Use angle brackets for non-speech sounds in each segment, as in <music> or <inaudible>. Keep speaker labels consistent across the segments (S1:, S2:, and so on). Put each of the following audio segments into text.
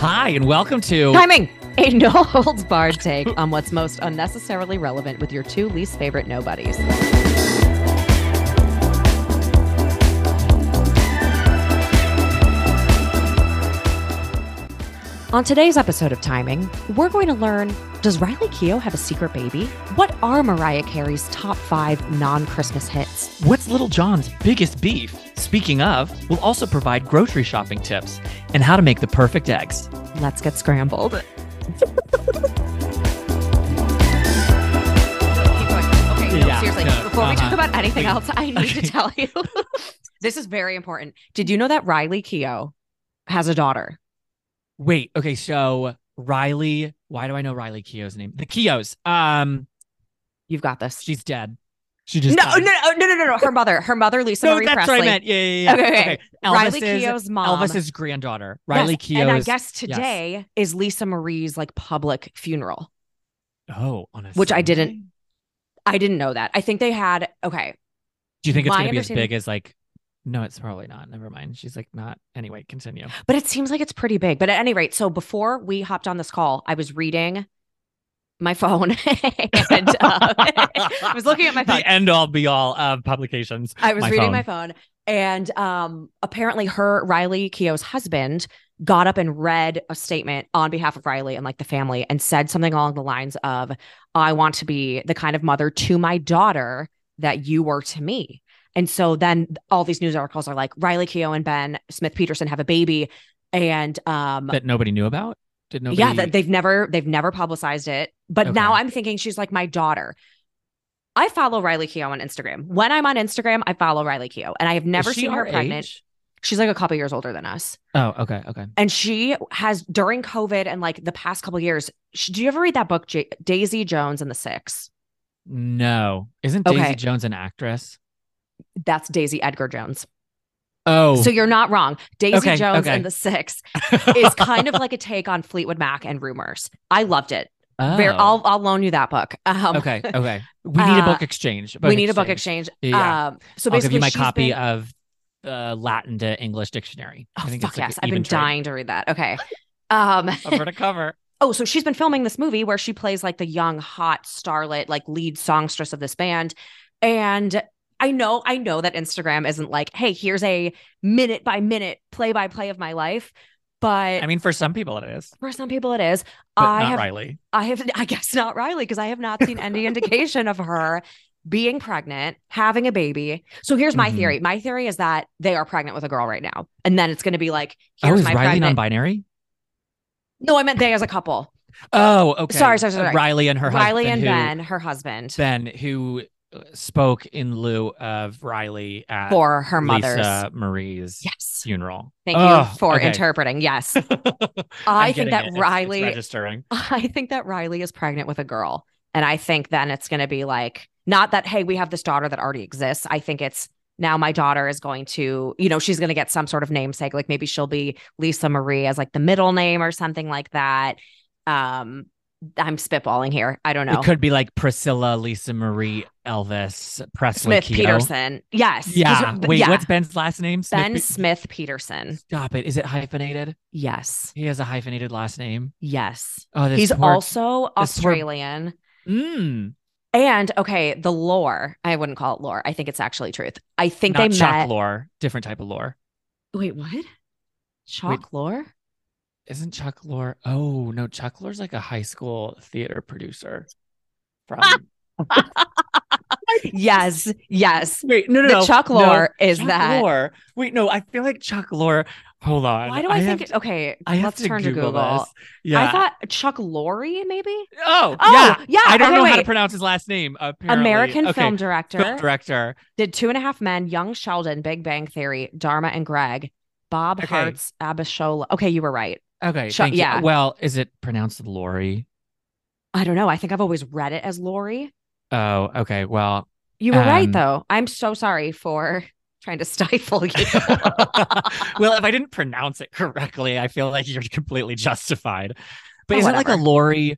S1: Hi, and welcome to
S2: Timing. A no holds barred take on what's most unnecessarily relevant with your two least favorite nobodies. On today's episode of Timing, we're going to learn Does Riley Keough have a secret baby? What are Mariah Carey's top five non Christmas hits?
S1: What's Little John's biggest beef? Speaking of, we'll also provide grocery shopping tips and how to make the perfect eggs.
S2: Let's get scrambled. Okay, no,
S1: Yeah,
S2: seriously,
S1: no,
S2: before we talk
S1: uh-huh.
S2: about anything else, I need
S1: <laughs>
S2: to
S1: Okay.
S2: tell you <laughs> this is very important. Did you know that Riley Keough has a daughter?
S1: Wait, okay, so Riley, why do I know Riley Keogh's name? The Keoghs. Um,
S2: You've got this.
S1: she's dead. She
S2: no,
S1: just
S2: no,
S1: died.
S2: no, no, no, no, no. Her mother, her mother, Lisa
S1: no,
S2: Marie
S1: that's
S2: Presley.
S1: what I meant. Yeah, yeah, yeah.
S2: Okay, okay. Riley
S1: Elvis is
S2: Keough's mom.
S1: Elvis's granddaughter,
S2: Yes,
S1: Riley Keough.
S2: And I guess today is Lisa Marie's like public funeral.
S1: oh, on a
S2: Which I didn't-
S1: Sunday?
S2: I didn't know that. I think they had okay.
S1: Do you think it's
S2: my
S1: going to be as
S2: understanding-
S1: big as like? No, it's probably not. Never mind. She's like not. Anyway, continue.
S2: But it seems like it's pretty big. But at any rate, so before we hopped on this call, I was reading my phone <laughs> and
S1: <laughs>
S2: uh, <laughs> I was looking at my phone.
S1: The end all be all of publications.
S2: I was
S1: my
S2: reading
S1: phone.
S2: my phone and um apparently her Riley Keogh's husband got up and read a statement on behalf of Riley and like the family and said something along the lines of I want to be the kind of mother to my daughter that you were to me. And so then all these news articles are like Riley Keough and Ben Smith Peterson have a baby and um
S1: that nobody knew about. Did nobody?
S2: yeah that they've never they've never publicized it but now
S1: Okay.
S2: i'm thinking she's like my daughter i follow riley keough on instagram when i'm on instagram i follow riley keough and i have never
S1: Is she
S2: seen
S1: our
S2: her pregnant
S1: age?
S2: she's like a couple years older than us
S1: Oh, okay, okay.
S2: and she has during covid and like the past couple years she, do you ever read that book J- daisy jones and the six
S1: No, isn't
S2: Okay.
S1: Daisy Jones an actress?
S2: that's daisy edgar jones
S1: Oh,
S2: so you're not wrong daisy
S1: Okay,
S2: jones
S1: okay.
S2: and
S1: <laughs>
S2: the six is kind of like a take on fleetwood mac and rumors i loved it
S1: oh.
S2: Ver- I'll, I'll loan you that book um, <laughs>
S1: okay, okay. We need a book
S2: uh,
S1: exchange.
S2: we need a book exchange
S1: Yeah.
S2: um so
S1: I'll give
S2: basically
S1: you my
S2: she's
S1: copy
S2: been-
S1: of the Latin to English dictionary.
S2: Oh,
S1: I think
S2: fuck
S1: it's like
S2: yes.
S1: an
S2: I've been
S1: even trade.
S2: dying to read that. Okay. Um,
S1: cover to
S2: <laughs>
S1: cover.
S2: oh, so she's been filming this movie where she plays like the young, hot starlet, like lead songstress of this band. And I know, I know that Instagram isn't like, hey, here's a minute by minute, play by play of my life. But
S1: I mean, for some people it is,
S2: for some people, it is.
S1: but
S2: I
S1: not
S2: have,
S1: Riley.
S2: I have, <laughs> I guess not Riley, because I have not seen any indication of her being pregnant, having a baby. So here's my
S1: Mhm.
S2: theory. My theory is that they are pregnant with a girl right now. And then it's going to be like,
S1: Oh,
S2: here's
S1: is
S2: my
S1: Riley
S2: pregnant.
S1: non-binary?
S2: No, I meant they as a couple.
S1: Oh, okay.
S2: Sorry, sorry, sorry.
S1: Riley and <laughs> her
S2: Riley and uh,
S1: husband, who-
S2: Ben, her husband,
S1: Ben, who uh, spoke in lieu of Riley at
S2: for her mother's.
S1: Lisa Marie's
S2: Yes.
S1: funeral.
S2: Thank
S1: Oh,
S2: you for
S1: okay.
S2: interpreting.
S1: <laughs>
S2: Yes.
S1: I'm
S2: think
S1: getting
S2: that
S1: it. It's- it's
S2: Riley-
S1: registering.
S2: <laughs> I think that Riley is pregnant with a girl. And I think then it's going to be like, not that, hey, we have this daughter that already exists. I think it's now my daughter is going to, you know, she's going to get some sort of namesake. Like maybe she'll be Lisa Marie as like the middle name or something like that. Um, I'm spitballing here. I don't know.
S1: It could be like Priscilla, Lisa Marie, Elvis, Presley,
S2: Smith
S1: Keough.
S2: Peterson. Yes. 'Cause-
S1: Yeah. Wait,
S2: yeah.
S1: what's Ben's last name? Smith
S2: Ben
S1: Pe-
S2: Smith Peterson.
S1: Stop it. Is it hyphenated?
S2: Yes.
S1: He has a hyphenated last name.
S2: Yes.
S1: Oh, this
S2: He's
S1: poor-
S2: also
S1: this poor-
S2: Australian.
S1: Mm,
S2: And okay, the lore, I wouldn't call it lore. I think it's actually truth. I think
S1: not
S2: they
S1: shock
S2: met.
S1: lore. Different type of lore.
S2: Wait, what? Shock lore?
S1: Isn't Chuck Lore? Oh no, Chuck Lore's like a high school theater producer. From
S2: Yes, yes.
S1: wait, no,
S2: The
S1: no, no,
S2: Chuck
S1: no.
S2: lore is
S1: Chuck
S2: that.
S1: Lore. Wait, no, I feel like Chuck Lore. Hold on.
S2: Why do I,
S1: have
S2: think?
S1: to-
S2: okay,
S1: I have
S2: let's
S1: to
S2: turn
S1: Google,
S2: to Google.
S1: this. Yeah.
S2: I thought Chuck Lorre, maybe.
S1: oh,
S2: Oh,
S1: yeah.
S2: yeah.
S1: I don't
S2: okay,
S1: know how to
S2: wait.
S1: pronounce his last name. Apparently.
S2: American
S1: Okay,
S2: film, director,
S1: film director.
S2: did Two and a Half Men, Young Sheldon, Big Bang Theory, Dharma and Greg, Bob
S1: Okay.
S2: Hart's Abishola. Okay, you were right.
S1: Okay.
S2: Sh-
S1: thank you.
S2: yeah.
S1: Well, is it pronounced Lori?
S2: I don't know. I think I've always read it as Lori.
S1: Oh, okay. Well,
S2: You were right,
S1: Um,
S2: though. I'm so sorry for trying to <laughs> stifle you.
S1: <laughs> well, if I didn't pronounce it correctly, I feel like you're completely justified. But
S2: Oh,
S1: is it like a
S2: whatever.
S1: Lori?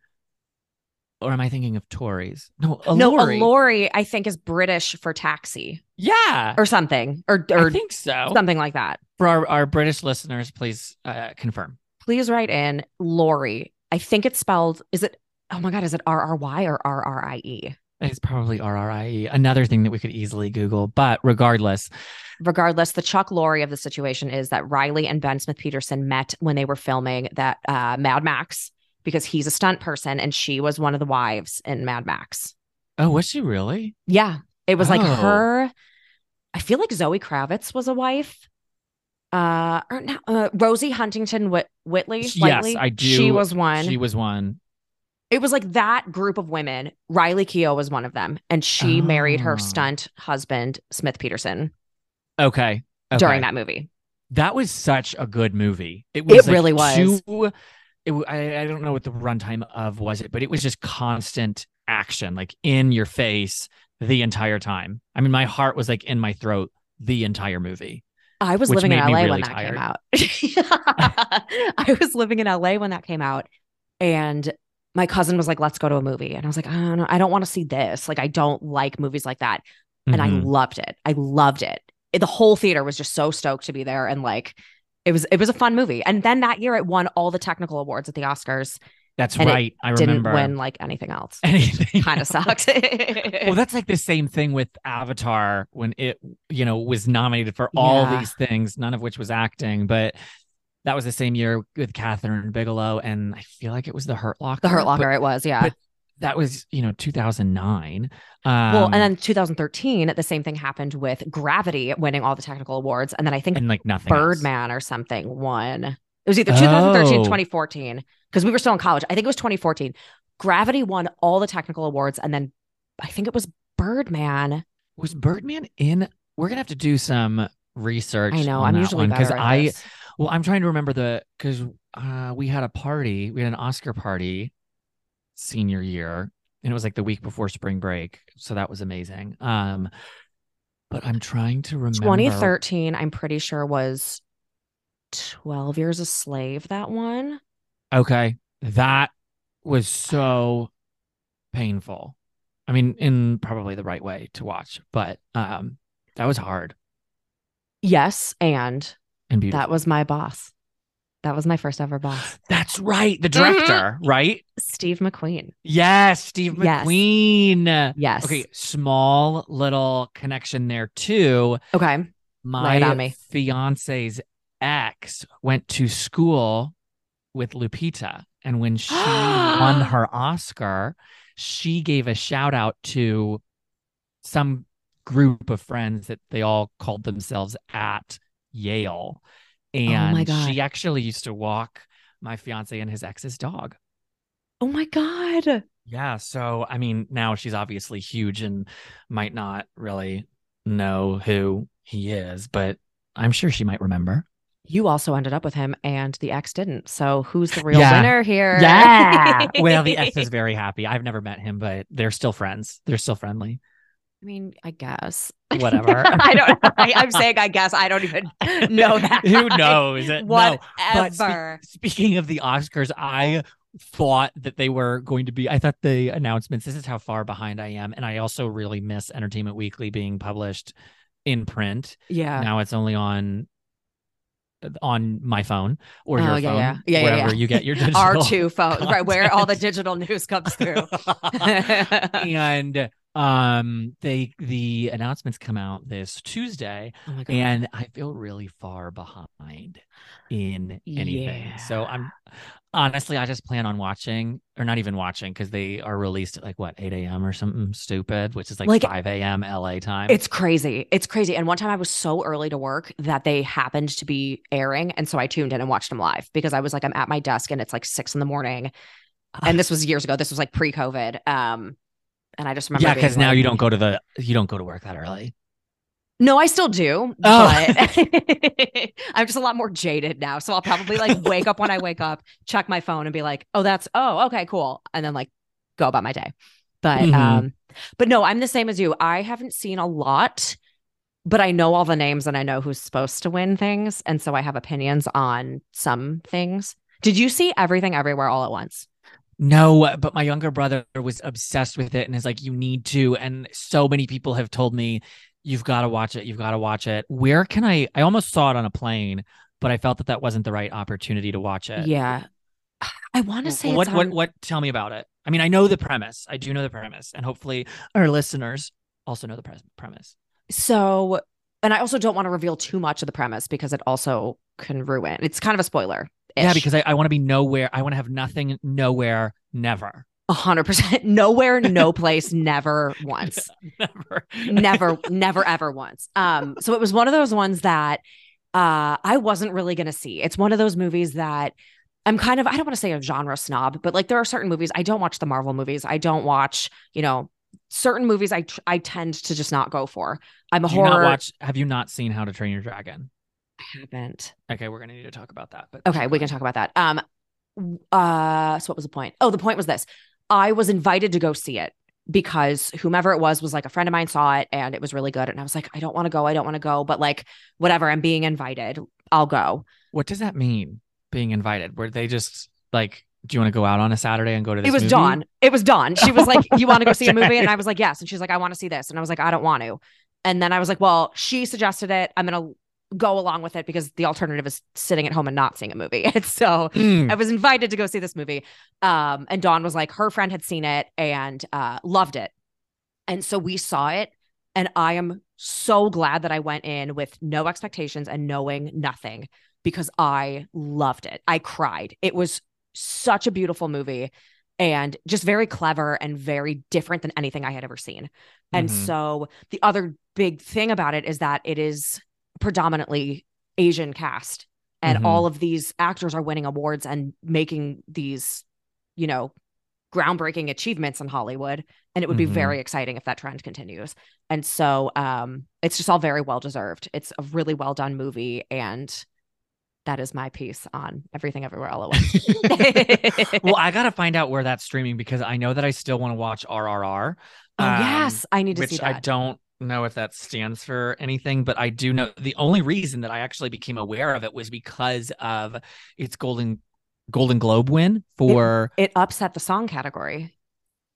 S1: Or am I thinking of Tories? No, a
S2: no,
S1: lorry.
S2: a lorry, I think, is British for taxi
S1: yeah.
S2: or something, or
S1: I
S2: or
S1: think so.
S2: something like that.
S1: For our, our British listeners, please uh, confirm.
S2: please write in Lori. I think it's spelled, is it, oh my God, is it R R Y or R R I E?
S1: It's probably RRIE, E, another thing that we could easily Google. But regardless,
S2: Regardless, the Chuck Lorre of the situation is that Riley and Ben Smith Peterson met when they were filming that uh, Mad Max because he's a stunt person and she was one of the wives in Mad Max.
S1: oh, was she really?
S2: Yeah. It was like
S1: Oh.
S2: her. I feel like Zoe Kravitz was a wife. Uh, or no, uh, Rosie Huntington Whit- Whitley.
S1: Yes,
S2: Whiteley?
S1: I do.
S2: She was one.
S1: She was one.
S2: it was like that group of women. Riley Keough was one of them, and she married
S1: Oh.
S2: her stunt husband Smith Peterson
S1: Okay. okay.
S2: during that movie.
S1: that was such a good movie. It was. like
S2: really was.
S1: Two, it, w- I, I don't know what the runtime of was it, but it was just constant action, like in your face the entire time. I mean, my heart was like in my throat the entire movie.
S2: I was
S1: Which
S2: living in
S1: made me
S2: LA when
S1: really
S2: that
S1: tired.
S2: came out. <laughs> I was living in LA when that came out, and my cousin was like, "Let's go to a movie," and I was like, "I don't know, I don't want to see this. Like, I don't like movies like that." and I
S1: Mhm.
S2: loved it. I loved it. It- The whole theater was just so stoked to be there, and like, it was it was a fun movie. And then that year, it won all the technical awards at the Oscars.
S1: That's
S2: and it
S1: right. I
S2: Didn't
S1: remember.
S2: win like anything else.
S1: <laughs> anything. <laughs>
S2: kind of sucked. <laughs>
S1: well, that's like the same thing with Avatar when it, you know, was nominated for all
S2: Yeah.
S1: these things, none of which was acting, but that was the same year with Catherine Bigelow, and I feel like it was the Hurt Locker.
S2: the Hurt
S1: but
S2: Locker. it was yeah.
S1: but- that was, you know, 2009. Um,
S2: well, and then 2013, the same thing happened with Gravity winning all the technical awards, and then I think
S1: and like nothing. else.
S2: Birdman or something won. It was either 2013
S1: Oh.
S2: 2014 because we were still in college. I think it was 2014. Gravity won all the technical awards and then I think it was Birdman.
S1: was Birdman in. We're gonna have to do some research.
S2: I know.
S1: on
S2: I'm
S1: that
S2: usually
S1: one,
S2: better at
S1: I
S2: this.
S1: well, I'm trying to remember the because uh, we had a party, we had an Oscar party senior year, and it was like the week before spring break, so that was amazing. Um, but I'm trying to remember
S2: 2013 I'm pretty sure was 12 years a slave that one.
S1: Okay, that was so painful. I mean, in probably the right way to watch, but um, that was hard
S2: Yes, and
S1: and beautiful.
S2: that was my boss. That was my first ever boss,
S1: That's right, the
S2: Mm-hmm.
S1: director, right?
S2: Steve McQueen.
S1: Yes, Steve
S2: Yes.
S1: McQueen.
S2: Yes.
S1: Okay, small little connection there too.
S2: Okay. Lay
S1: My
S2: it on me.
S1: fiance's ex went to school with Lupita, and when
S2: <gasps>
S1: she won her Oscar, she gave a shout out to some group of friends that they all called themselves at Yale, and
S2: Oh God.
S1: she actually used to walk my fiance and his ex's dog.
S2: Oh my god.
S1: Yeah. So, I mean, now she's obviously huge and might not really know who he is, but I'm sure she might remember.
S2: You also ended up with him and the ex didn't. So who's the real
S1: Yeah.
S2: winner here? <laughs>
S1: well, the ex is very happy. I've never met him, but they're still friends. They're still friendly.
S2: I mean, I guess.
S1: Whatever. <laughs>
S2: <laughs> I don't I, <laughs> I'm saying I guess. I don't even know that.
S1: who knows? No. But spe-
S2: Whatever.
S1: speaking of the Oscars, I thought that they were going to be I thought the announcements this is how far behind I am and I also really miss Entertainment Weekly being published in print.
S2: yeah.
S1: now it's only on on my phone or
S2: Oh,
S1: your
S2: yeah,
S1: phone,
S2: yeah. Yeah, yeah,
S1: wherever
S2: yeah.
S1: you
S2: <laughs>
S1: get your digital.
S2: Our two phones, right? Where all the
S1: content.
S2: digital
S1: <laughs>
S2: news comes through. oh
S1: and um, they the announcements come out this Tuesday,
S2: <laughs> my god.
S1: and I feel really far behind in anything. So I'm honestly, I just plan on watching or not even watching because they are released at like what 8 a.m. or something stupid, which is like,
S2: Like-
S1: 5 a.m. LA time.
S2: It's crazy. It's crazy. And one time I was so early to work that they happened to be airing. And so I tuned in and watched them live because I was like, I'm at my desk and it's like six in the morning. And this was years ago. This was like pre COVID. Um, and I just remember.
S1: yeah,
S2: being
S1: because now
S2: like-
S1: you don't go to the you don't go to work that early.
S2: No, I still do.
S1: Oh.
S2: <laughs> But I'm just a lot more jaded now. So I'll probably like wake up when I wake up, check my phone and be like, oh, that's, oh, okay, cool. And then like go about my day. But,
S1: Mhm.
S2: um, but no, I'm the same as you. I haven't seen a lot, but I know all the names and I know who's supposed to win things. And so I have opinions on some things. Did you see everything everywhere all at once?
S1: No, but my younger brother was obsessed with it and is like, you need to. And so many people have told me, you've got to watch it. You've got to watch it. Where can I? I almost saw it on a plane, but I felt that that wasn't the right opportunity to watch it.
S2: Yeah. <sighs> I want
S1: W-
S2: to say it's
S1: what what
S2: on-
S1: what tell me about it. I mean, I know the premise. I do know the premise and hopefully our listeners also know the pres premise.
S2: so and I also don't want to reveal too much of the premise because it also can ruin. It's kind of a spoiler.
S1: Yeah, because I, I want to be nowhere. I want to have nothing, nowhere, never. <laughs>
S2: hundred percent nowhere, no place, never once.
S1: Never.
S2: never never ever once um so it was one of those ones that uh i wasn't really gonna see it's one of those movies that i'm kind of i don't want to say a genre snob but like there are certain movies i don't watch the marvel movies i don't watch you know certain movies i tr- i tend to just not go for i'm a
S1: Do you not
S2: horror
S1: watch have you not seen How to Train Your Dragon?
S2: haven't
S1: Okay, we're gonna need to talk about that. But
S2: okay we can talk about that um w- uh so what was the point oh the point was this i was invited to go see it because whomever it was was like a friend of mine saw it and it was really good and i was like i don't want to go i don't want to go but like whatever i'm being invited i'll go
S1: What does that mean? Being invited? Were they just like, do you want to go out on a Saturday and go to this?
S2: it was
S1: movie?
S2: dawn it was dawn she was like you want to
S1: <laughs>
S2: go see a movie and i was like yes and she's like i want to see this and i was like i don't want to and then i was like well she suggested it i'm gonna go along with it because the alternative is sitting at home and not seeing a movie <laughs> and so
S1: Mm.
S2: <laughs> I was invited to go see this movie. Um, and Dawn was like, her friend had seen it and uh, loved it. And so we saw it. And I am so glad that I went in with no expectations and knowing nothing because I loved it. I cried. It was such a beautiful movie and just very clever and very different than anything I had ever seen. And
S1: Mhm.
S2: so the other big thing about it is that it is predominantly Asian cast and
S1: Mhm.
S2: all of these actors are winning awards and making these, you know, groundbreaking achievements in Hollywood and it would
S1: Mhm.
S2: be very exciting if that trend continues. And so um it's just all very well deserved. It's a really well done movie and that is my piece on everything everywhere all at once.
S1: <laughs>
S2: <laughs>
S1: well, I gotta find out where that's streaming because I know that I still want to watch RRR.
S2: Oh
S1: um,
S2: yes, I need to see
S1: which
S2: that.
S1: I don't know if that stands for anything, but I do know the only reason that I actually became aware of it was because of its Golden Golden Globe win for
S2: it upset the song category.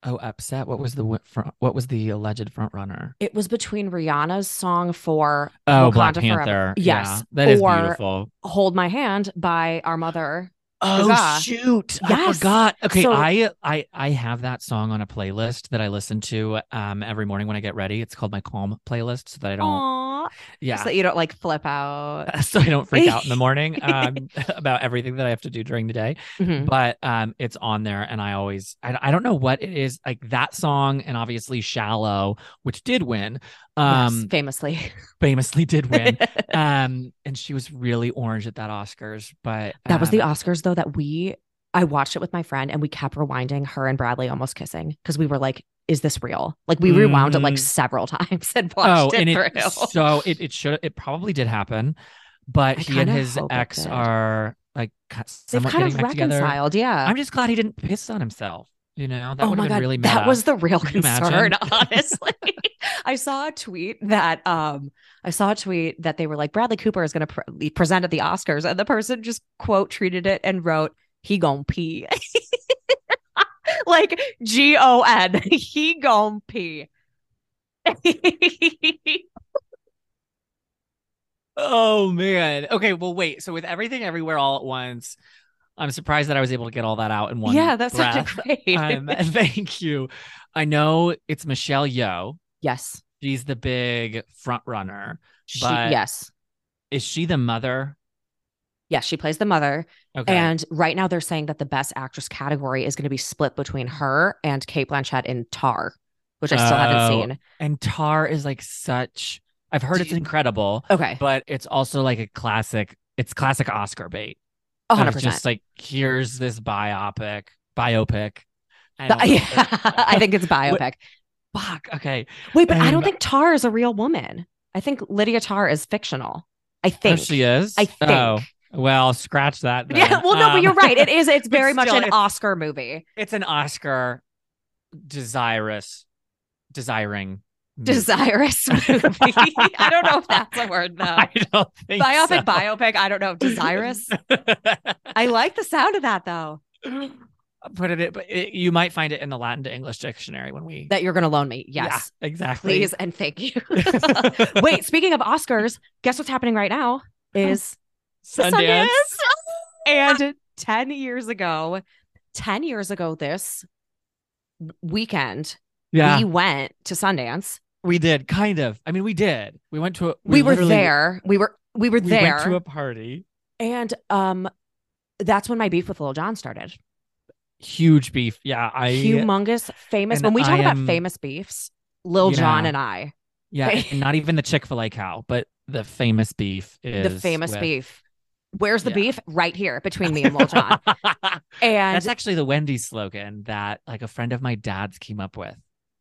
S1: oh upset. What was the wi- front, what was the alleged front runner?
S2: It was between Rihanna's song for
S1: Oh, Black
S2: Wakanda Forever.
S1: Panther.
S2: Yes,
S1: yeah, that is
S2: or-
S1: beautiful.
S2: "Hold My Hand" by our mother.
S1: Oh
S2: Huzzah.
S1: shoot! I
S2: Yes.
S1: forgot. Okay,
S2: So-
S1: I I I have that song on a playlist that I listen to um every morning when I get ready. It's called my calm playlist, so that I don't
S2: Aww,
S1: yeah,
S2: so that you don't like flip out.
S1: <laughs> so I don't freak out
S2: <laughs>
S1: in the morning um <laughs> about everything that I have to do during the day.
S2: Mhm.
S1: But um, it's on there, and I always I I don't know what it is like that song, and obviously shallow, which did win, um,
S2: yes, famously,
S1: famously did
S2: <laughs>
S1: win, um, and she was really orange at that Oscars, but
S2: that was the
S1: um,
S2: Oscars though that we. I watched it with my friend, and we kept rewinding her and Bradley almost kissing because we were like, "Is this real?" Like we rewound it like
S1: Mm.
S2: several <laughs> times and watched it through.
S1: Oh, so it, it should it probably did happen, but
S2: I
S1: he and
S2: kinda
S1: his
S2: hope it
S1: ex
S2: did.
S1: are like ca-
S2: They've
S1: somewhat
S2: kind
S1: getting
S2: of
S1: back together.
S2: reconciled, yeah.
S1: I'm just glad he didn't piss on himself. You know that
S2: oh
S1: would
S2: my
S1: have been
S2: god,
S1: really meta.
S2: that was the real
S1: Could you
S2: concern.
S1: imagine? <laughs>
S2: Honestly, I saw a tweet that um, I saw a tweet that they were like Bradley Cooper is going to pre- present at the Oscars, and the person just quote treated it and wrote, "He gon' pee," <laughs> like G O N. <laughs> He gon' pee. <laughs>
S1: Oh man. Okay, well wait. So with everything everywhere all at once, I'm surprised that I was able to get all that out in one
S2: yeah, that's
S1: breath.
S2: such a great.
S1: um, <laughs> thank you. I know it's Michelle Yeoh.
S2: <laughs> yes,
S1: She's the big front runner.
S2: she,
S1: But-
S2: yes,
S1: Is she the mother?
S2: yes. She plays the mother.
S1: Okay.
S2: And right now they're saying that the best actress category is going to be split between her and Kate Blanchett in Tar, which I still
S1: Oh.
S2: haven't seen.
S1: and Tar is like such I've heard
S2: Do
S1: it's
S2: you-
S1: incredible,
S2: Okay.
S1: but it's also like a classic it's classic Oscar bait.
S2: a
S1: Of
S2: 100%.
S1: Just like here's this biopic biopic. I,
S2: The- <laughs>
S1: don't know.
S2: yeah, I think
S1: <laughs>
S2: it's biopic.
S1: fuck. Okay.
S2: Wait, but I don't
S1: Um,
S2: think Tar is a real woman. I think Lydia Tar is fictional. I
S1: Oh,
S2: think.
S1: she is.
S2: I think.
S1: Oh, well, scratch that. Then.
S2: <laughs> Yeah, well, no, but
S1: Um,
S2: you're right. It is. It's very much
S1: still,
S2: an
S1: it's-
S2: Oscar movie.
S1: <laughs> It's an Oscar desirous, desiring. movie.
S2: <laughs>
S1: <laughs>
S2: Desirous movie. <laughs> I don't know if that's a word, though.
S1: I don't think
S2: Biopic,
S1: so.
S2: biopic. I don't
S1: <laughs>
S2: know. Desirous. I like the sound of that, though.
S1: Put it, but it, you might find it in the Latin to English dictionary when we.
S2: That you're going to loan me.
S1: Yeah,
S2: Yes.
S1: exactly. <laughs>
S2: Please <laughs> and thank you. Wait, speaking of Oscars, guess what's happening right now is
S1: Sundance.
S2: and 10 years ago, 10 years ago this weekend,
S1: Yeah,
S2: we
S1: we,
S2: went to Sundance.
S1: did kind of. I mean, we did. We went to a.
S2: We, were
S1: literally-
S2: there. We were we were
S1: We
S2: there.
S1: went to a party.
S2: and um that's when my beef with Lil Jon started.
S1: Huge beef. Yeah, I.
S2: Humongous, famous.
S1: and
S2: When we talk
S1: I
S2: about
S1: am-
S2: famous beefs, Lil Jon
S1: Yeah.
S2: and I,
S1: yeah,
S2: <laughs>
S1: and not even the Chick Fil A cow, but the famous beef is
S2: the famous
S1: with-
S2: beef. Where's the
S1: Yeah.
S2: beef? Right here between me and
S1: <laughs>
S2: Lil Jon. And
S1: That's actually the Wendy's slogan that like a friend of my dad's came up with.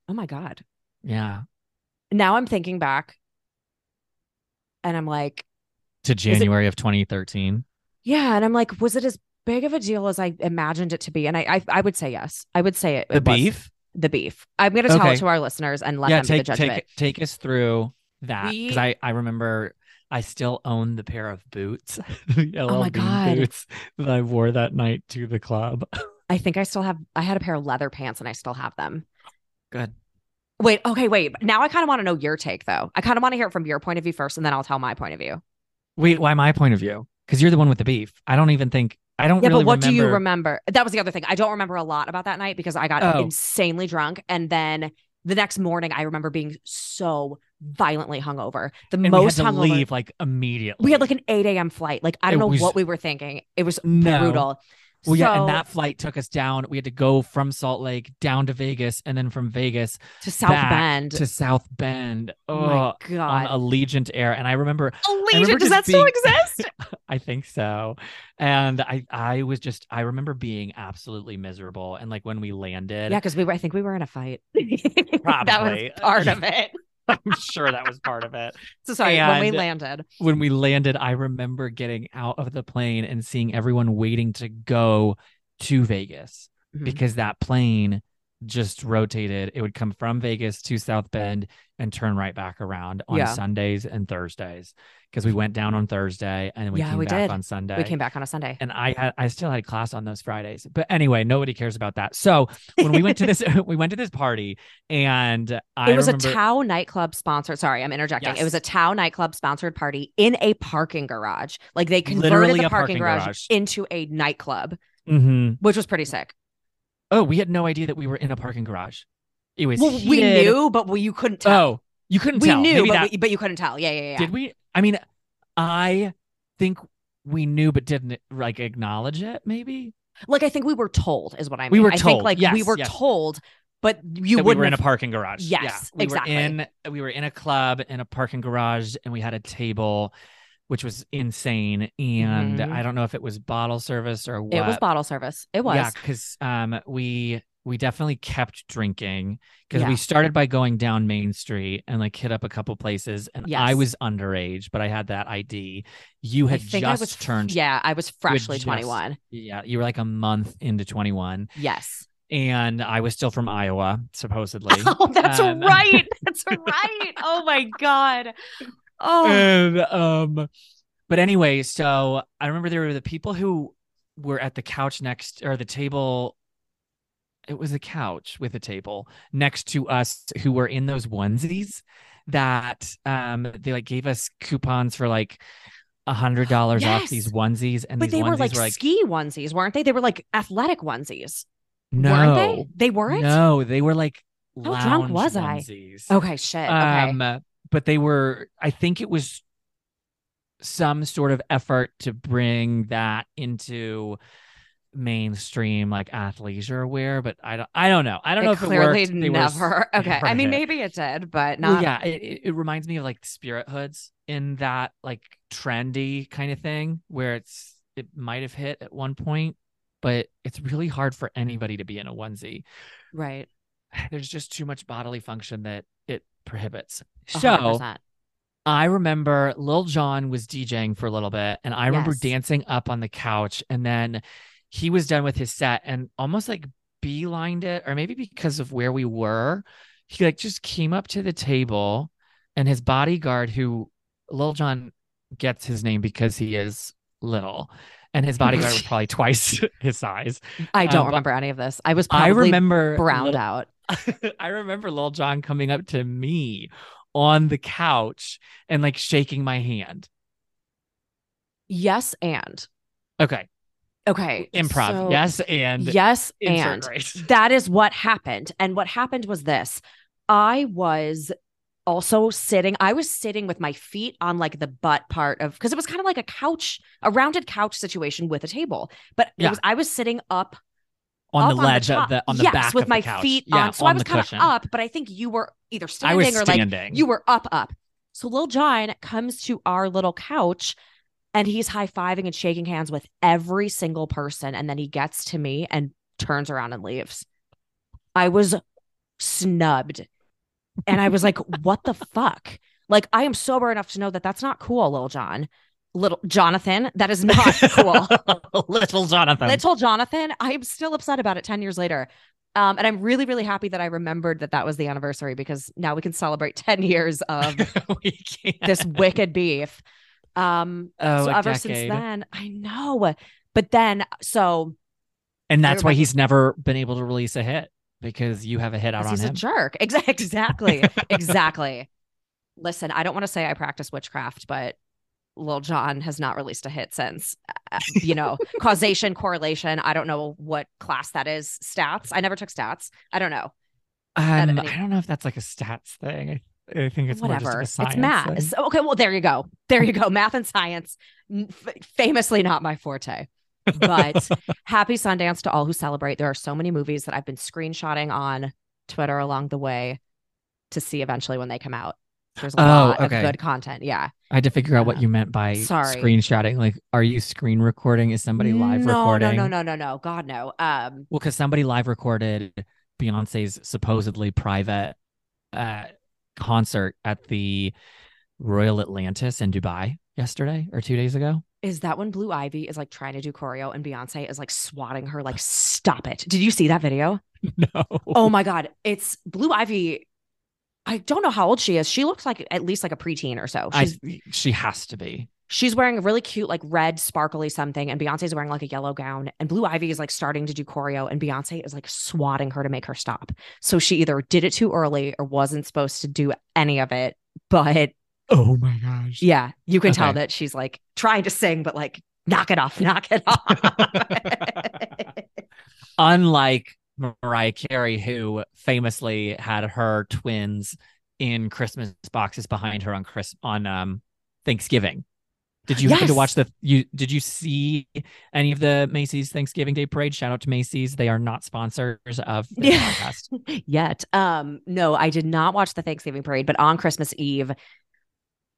S2: oh my god,
S1: Yeah.
S2: now I'm thinking back, and I'm like,
S1: To
S2: it-
S1: January of 2013.
S2: Yeah, and I'm like, was it as big of a deal as I imagined it to be? And I, I, I would say yes. I would say it.
S1: The
S2: it was
S1: beef?
S2: the beef. I'm going to tell
S1: Okay.
S2: it to our listeners and let
S1: yeah,
S2: them be the
S1: take
S2: judge of
S1: take
S2: it.
S1: take us through that because
S2: We-
S1: I I remember I still own the pair of boots, <laughs> the LL Bean
S2: Oh God.
S1: boots that I wore that night to the club.
S2: I think I still have. I had a pair of leather pants, and I still have them.
S1: Good.
S2: Wait, okay, wait. Now I kind of want to know your take, though. I kind of want to hear it from your point of view first, and then I'll tell my point of view.
S1: Wait, why my point of view? Because you're the one with the beef. I don't even think I don't
S2: Yeah,
S1: really
S2: but what do you
S1: remember-
S2: remember? That was the other thing. I don't remember a lot about that night because I got
S1: Oh.
S2: insanely drunk, and then the next morning I remember being so violently hungover. The
S1: and
S2: most
S1: we had to
S2: hungover.
S1: leave like immediately.
S2: we had like an 8 a.m. flight. Like, I don't
S1: It
S2: know
S1: was-
S2: what we were thinking. It was
S1: No.
S2: brutal.
S1: Well, yeah,
S2: So,
S1: and that flight took us down. We had to go from Salt Lake down to Vegas, and then from Vegas
S2: to South
S1: back
S2: Bend.
S1: to South Bend.
S2: oh
S1: Oh,
S2: my God.
S1: on Allegiant Air. And I remember,
S2: Allegiant,
S1: remember
S2: does that
S1: just
S2: still
S1: being- <laughs>
S2: exist?
S1: I think so. And I, I was just, I remember being absolutely miserable. And like when we landed,
S2: yeah, because we were, I think we were in a fight. <laughs> Probably. that
S1: Probably.
S2: was part of it.
S1: <laughs> I'm sure that was part of it.
S2: So sorry, when we
S1: And-
S2: landed.
S1: When we landed, I remember getting out of the plane and seeing everyone waiting to go to Vegas
S2: Mhm.
S1: because that plane just rotated. It would come from Vegas to South Bend and turn right back around on
S2: Yeah.
S1: Sundays and Thursdays because we went down on Thursday and we
S2: Yeah,
S1: came
S2: we
S1: back
S2: did.
S1: on Sunday.
S2: Mm-hmm. We came back on a Sunday.
S1: and I had I still had class on those Fridays. But anyway, nobody cares about that. So when we went to this <laughs> we went to this party and I
S2: <laughs> it was
S1: remember,
S2: a Tao nightclub sponsored. Sorry, I'm interjecting.
S1: Yes.
S2: It was a Tao nightclub sponsored party in a parking garage. Like they converted
S1: Literally
S2: the
S1: a parking
S2: parking, garage,
S1: garage.
S2: into a nightclub,
S1: Mhm.
S2: which was pretty sick.
S1: Oh, we had no idea that we were in a parking garage. It was
S2: Well, we
S1: heated.
S2: knew, but we, you couldn't tell.
S1: Oh, you couldn't
S2: we
S1: tell.
S2: knew,
S1: Maybe
S2: but,
S1: that-
S2: we, but you couldn't tell. Yeah, yeah, yeah.
S1: Did we? I mean, I think we knew but didn't like acknowledge it. Maybe
S2: Like I think we were told is what I mean.
S1: We were
S2: I think
S1: told.
S2: like we
S1: Yes,
S2: were
S1: yes.
S2: told, but you
S1: that we
S2: wouldn't.
S1: were in a
S2: have-
S1: parking garage.
S2: Yes,
S1: we
S2: exactly.
S1: Were in we were in a club in a parking garage, and we had a table, which was insane. And
S2: Mhm.
S1: I don't know if it was bottle service or what.
S2: it was bottle service. It was.
S1: Yeah, because um, we we definitely kept drinking because
S2: Yeah.
S1: we started by going down Main Street and like hit up a couple places, and I
S2: Yes.
S1: was underage, but I had that ID. You
S2: I
S1: had
S2: think
S1: just
S2: I was-
S1: turned.
S2: Yeah, I was freshly
S1: just-
S2: 21.
S1: Yeah, you were like a month into 21,
S2: Yes.
S1: and I was still from Iowa, supposedly.
S2: <laughs> Oh, that's
S1: Um,
S2: right. That's right. Oh my
S1: <laughs>
S2: god. Oh.
S1: and um, but anyway, so I remember there were the people who were at the couch next or the table. It was a couch with a table next to us who were in those onesies that um they like gave us coupons for like a hundred dollars off
S2: Yes.
S1: these onesies and
S2: But
S1: these
S2: they
S1: onesies
S2: were like,
S1: were like
S2: ski onesies, weren't they? They were like athletic onesies,
S1: no
S2: weren't they? They weren't.
S1: No, they were like
S2: How
S1: lounge
S2: drunk was I?
S1: onesies.
S2: Okay, shit. Okay.
S1: Um, but they were. I think it was some sort of effort to bring that into mainstream like athleisure wear. But I don't. I don't know. I don't know
S2: it
S1: if
S2: clearly
S1: it worked. They were s-
S2: never.
S1: they
S2: okay.
S1: were
S2: I mean,
S1: hit.
S2: maybe it did, but
S1: Well,
S2: not.
S1: yeah, it, it, it reminds me of like spirit hoods in that like trendy kind of thing where it's it might have hit at one point, but it's really hard for anybody to be in a onesie <sighs>
S2: Right.
S1: there's just too much bodily function that it prohibits.
S2: a
S1: So
S2: hundred percent.
S1: I remember Lil Jon was DJing for a little bit, and I remember
S2: Yes.
S1: dancing up on the couch, and then he was done with his set and almost like beelined it, or maybe because of where we were, he like just came up to the table, and his bodyguard, who Lil Jon gets his name because he is little, and his bodyguard
S2: <laughs>
S1: was probably twice <laughs> his size.
S2: I don't
S1: um, but-
S2: remember any of this. I was
S1: I
S2: probably
S1: remember
S2: browned
S1: Lil-
S2: out.
S1: <laughs> I remember Lil John coming up to me on the couch and like shaking my hand.
S2: Yes, and
S1: Okay.
S2: okay,
S1: Improv.
S2: so-
S1: yes. And
S2: yes,
S1: insert
S2: and <laughs>
S1: right.
S2: that is what happened. And what happened was this I was also sitting, I was sitting with my feet on like the butt part of because it was kind of like a couch, a rounded couch situation with a table. But it
S1: Yeah.
S2: was, I was sitting up
S1: On the
S2: up
S1: ledge
S2: top.
S1: of the on the
S2: yes,
S1: back
S2: with
S1: of
S2: my
S1: the couch.
S2: feet
S1: yeah,
S2: on. So
S1: on
S2: I was
S1: the
S2: kind
S1: cushion.
S2: of up, but I think you were either
S1: I
S2: standing
S1: was
S2: or like
S1: standing. <laughs>
S2: you were up, up. So Lil John comes to our little couch and he's high fiving and shaking hands with every single person. And then he gets to me and turns around and leaves. I was snubbed. And I was like, what the fuck? Like, I am sober enough to know that that's not cool, Lil John. Little Jonathan, that is not
S1: Um,
S2: cool.
S1: Little Jonathan.
S2: Little Jonathan, I am still upset about it 10 years later. Um, and I'm really, really happy that I remembered that that was the anniversary because now we can celebrate 10 years of
S1: <laughs> we can't.
S2: <laughs>
S1: <laughs>
S2: this wicked beef. Um,
S1: oh,
S2: so
S1: a
S2: ever
S1: decade.
S2: since then, I know. But then, so
S1: And that's why
S2: remember-
S1: he's never been able to release a hit because you have a hit out
S2: 'cause
S1: on
S2: he's a
S1: him.
S2: jerk. <laughs> Exac- Exactly. exactly. Listen, I don't want to say I practice witchcraft, but Lil John has not released a hit since. Uh, you know, <laughs> causation, correlation. I don't know what class that is. Stats. I never took stats. I don't know. at
S1: Um,
S2: any-
S1: I don't know if that's like a stats thing. I, I think it's More
S2: Whatever.
S1: just like a
S2: it's
S1: science
S2: math.
S1: thing.
S2: So- okay. Well, there you go. There you go. math and science, N- f- famously not my forte.
S1: <laughs>
S2: But happy Sundance to all who celebrate. There are so many movies that I've been screenshotting on Twitter along the way to see eventually when they come out. There's a
S1: Oh,
S2: lot
S1: okay.
S2: of good content. Yeah.
S1: I had to figure out what
S2: Uh,
S1: you meant by
S2: sorry.
S1: screenshotting. Like, are you screen recording? Is somebody live
S2: no,
S1: recording?
S2: No, no, no, no, no. God, no. Um,
S1: Well, because somebody live recorded Beyonce's supposedly private uh, concert at the Royal Atlantis in Dubai yesterday or two days ago.
S2: is that when Blue Ivy is like trying to do choreo and Beyonce is like swatting her, like, stop it. Did you see that video?
S1: <laughs> No.
S2: Oh my God. It's Blue Ivy. I don't know how old she is. She looks like at least like a preteen or so.
S1: I,
S2: She's
S1: she has to be.
S2: she's wearing a really cute, like red, sparkly something, and Beyonce's wearing like a yellow gown. And Blue Ivy is like starting to do choreo, and Beyonce is like swatting her to make her stop. So she either did it too early or wasn't supposed to do any of it. But
S1: Oh my gosh.
S2: yeah, you can tell
S1: Okay.
S2: that she's like trying to sing, but like, knock it off, <laughs> knock it off.
S1: Unlike Mariah Carey, who famously had her twins in Christmas boxes behind her on Chris on um Thanksgiving. Did you happen to
S2: Yes.
S1: watch the you did you see any of the Macy's Thanksgiving Day parade? Shout out to Macy's. They are not sponsors of this
S2: Yeah.
S1: podcast.
S2: <laughs> Yet, um, no, I did not watch the Thanksgiving parade, but on Christmas Eve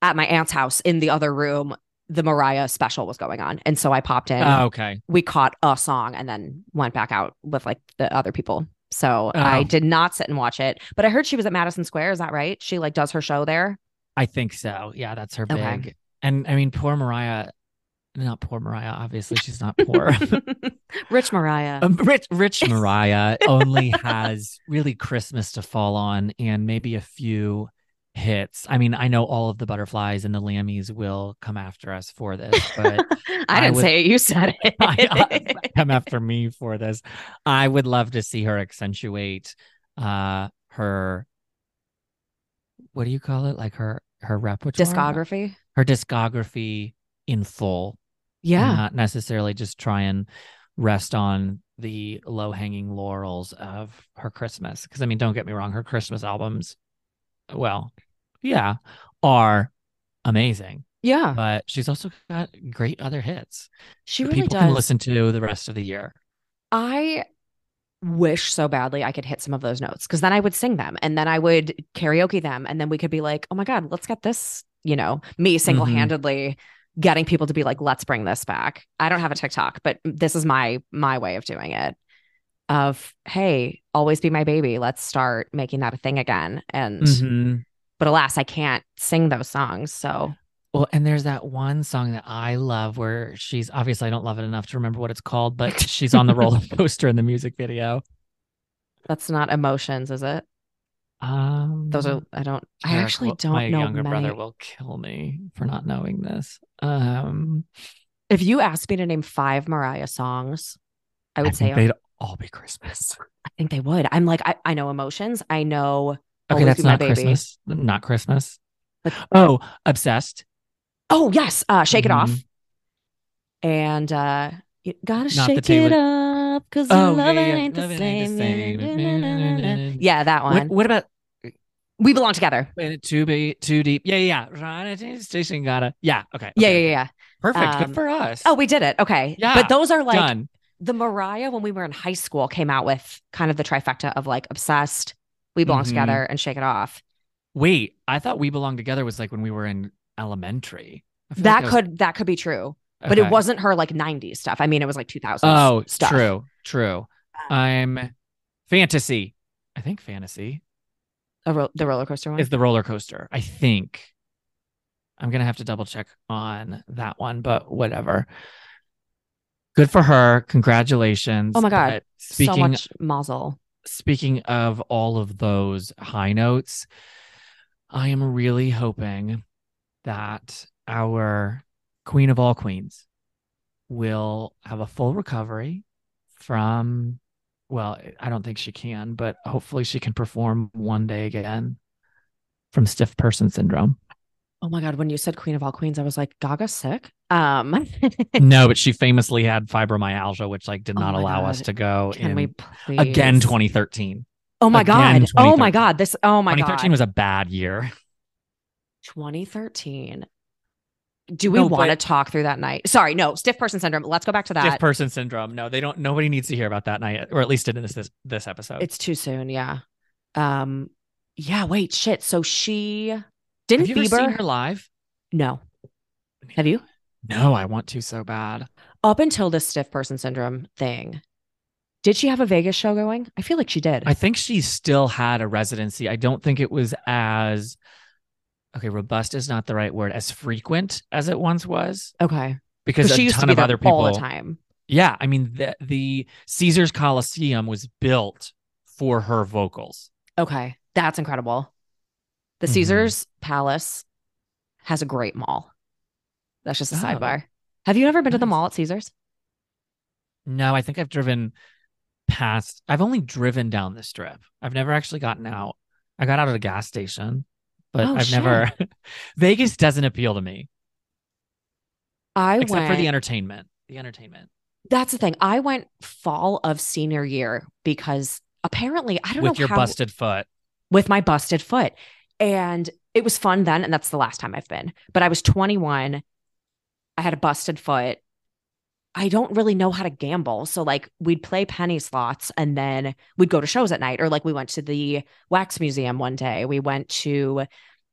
S2: at my aunt's house in the other room, the Mariah special was going on, and so I popped in.
S1: Oh, okay.
S2: we caught a song and then went back out with like the other people. So
S1: Oh.
S2: I did not sit and watch it, but I heard she was at Madison Square. Is that right? She like does her
S1: <laughs>
S2: show there. <laughs>
S1: I think so. Yeah, that's her big.
S2: Okay.
S1: And I mean poor Mariah not poor Mariah, obviously she's not
S2: <laughs>
S1: poor.
S2: Rich Mariah.
S1: Um, rich, rich Mariah only has really Christmas to fall on and maybe a few hits. I mean, I know all of the butterflies and the lammies will come after us for this, but
S2: <laughs> I
S1: I
S2: didn't
S1: would-
S2: say it. You said it.
S1: <laughs> I- uh, come after me for this. I would love to see her accentuate uh her what do you call it? Like her her repertoire,
S2: <laughs> Discography.
S1: her discography in full and
S2: Yeah.
S1: not necessarily just try and rest on the low hanging laurels of her Christmas. Because I mean, don't get me wrong, her Christmas albums, well, yeah, are amazing.
S2: Yeah.
S1: But she's also got great other hits
S2: Uh-huh. She
S1: that
S2: really
S1: people
S2: does.
S1: can listen to the rest of the year.
S2: I wish so badly I could hit some of those notes because then I would sing them and then I would karaoke them. And then we could be like, oh my God, let's get this, you know,
S1: Mm-hmm.
S2: me single handedly getting people to be like, let's bring this back. I don't have a TikTok, but this is my my way of doing it. Of hey, always be my baby. Let's start making that a thing again. And
S1: Mhm.
S2: but alas, I can't sing those songs. So
S1: Well, and there's that one song that I love where she's obviously I don't love it enough to remember what it's called, but she's
S2: <laughs>
S1: on the roller coaster in the music video.
S2: that's not emotions, is it?
S1: Um,
S2: Those are I don't I
S1: Eric
S2: actually
S1: will-
S2: don't
S1: my
S2: know
S1: younger
S2: many.
S1: brother will kill me for not knowing this. Um,
S2: If you asked me to name five Mariah songs, I would
S1: think
S2: say
S1: they'd all be Christmas. <laughs>
S2: I think they would. I'm like, I, I know emotions. I know.
S1: Okay,
S2: Always
S1: that's
S2: Be My
S1: not
S2: Baby.
S1: Christmas. Not Christmas.
S2: But-
S1: oh, obsessed.
S2: Oh yes, uh, shake it off.
S1: Mhm.
S2: and uh, you gotta
S1: Not the
S2: shake it
S1: Taylor-
S2: up because
S1: Oh, yeah,
S2: love
S1: yeah.
S2: it ain't the
S1: Love it ain't
S2: same.
S1: the same.
S2: Na-na-na-na-na. Yeah, that one.
S1: What, what about
S2: we belong together.
S1: Planet Too Big, Too Deep? Yeah, yeah. yeah. Run it, it's Station gotta. Yeah. Okay.
S2: Yeah, yeah,
S1: okay.
S2: yeah, yeah.
S1: Perfect.
S2: Um,
S1: Good for us.
S2: Oh, we did it. Okay.
S1: Yeah,
S2: But those are like
S1: done.
S2: the Mariah when we were in high school came out with kind of the trifecta of like obsessed, we belong
S1: Mhm.
S2: together, and shake it off.
S1: Wait, I thought we belong together was like when we were in elementary. I feel
S2: That
S1: like was-
S2: could that could be true, but it
S1: okay.
S2: wasn't her like '90s stuff. I mean, it was like 2000s.
S1: Oh,
S2: stuff. Um,
S1: true, true. I'm fantasy. I think fantasy
S2: A ro- the roller coaster one.
S1: is the roller coaster. I think I'm gonna have to double check on that one, but whatever. Good for her. Congratulations.
S2: Oh my God.
S1: But
S2: so
S1: Speaking
S2: much mazel.
S1: speaking of all of those high notes, I am really hoping that our queen of all queens will have a full recovery from well, I don't think she can, but hopefully she can perform one day again from stiff person
S2: <laughs>
S1: syndrome.
S2: Oh my god, when you said queen of all queens, I was like, Gaga sick. Um,
S1: no, but she famously had fibromyalgia, which like did
S2: Oh
S1: not
S2: my
S1: allow us
S2: God.
S1: to go
S2: can
S1: in
S2: we please
S1: again 2013.
S2: Oh my
S1: again
S2: god. Oh my
S1: 2013.
S2: god. This. Oh my
S1: 2013
S2: god.
S1: was a bad year.
S2: 2013. Do we
S1: No,
S2: want to
S1: but-
S2: talk through that night? Sorry, no, stiff person syndrome. Let's go back to
S1: stiff
S2: that.
S1: person syndrome. No, they don't. Nobody needs to hear about that night, or at least in this this, this episode.
S2: it's too soon, yeah. Um yeah, wait, shit. So she didn't
S1: Have you
S2: Bieber
S1: ever seen her live?
S2: No. Have you?
S1: No, I want to so bad.
S2: Up until this stiff person syndrome thing. Did she have a Vegas show going? I feel like she did.
S1: I think she still had a residency. I don't think it was as okay. Robust is not the right word. As frequent as it once was,
S2: okay.
S1: because
S2: she
S1: a
S2: used
S1: ton
S2: to be
S1: of
S2: there
S1: other people.
S2: all the time.
S1: Yeah, I mean the the Caesar's Coliseum was built for her vocals.
S2: Okay. That's incredible. The
S1: Mhm.
S2: Caesars Palace has a great mall. That's just a
S1: Oh.
S2: sidebar. Have you ever been to the
S1: Nice.
S2: mall at Caesars?
S1: No, I think I've driven past. I've only driven down the strip. I've never actually gotten out. I got out at a gas station, but
S2: Oh,
S1: I've never. <laughs> Vegas doesn't appeal to me
S2: I
S1: except
S2: went
S1: for the entertainment. The entertainment
S2: That's the thing. I went fall of senior year because apparently I don't
S1: with
S2: know
S1: your
S2: how
S1: busted foot.
S2: with my busted foot. And it was fun then and that's the last time I've been. But I was 21. I had a busted foot. I don't really know how to gamble. So like we'd play penny slots and then we'd go to shows at night or like we went to the wax museum one day. We went to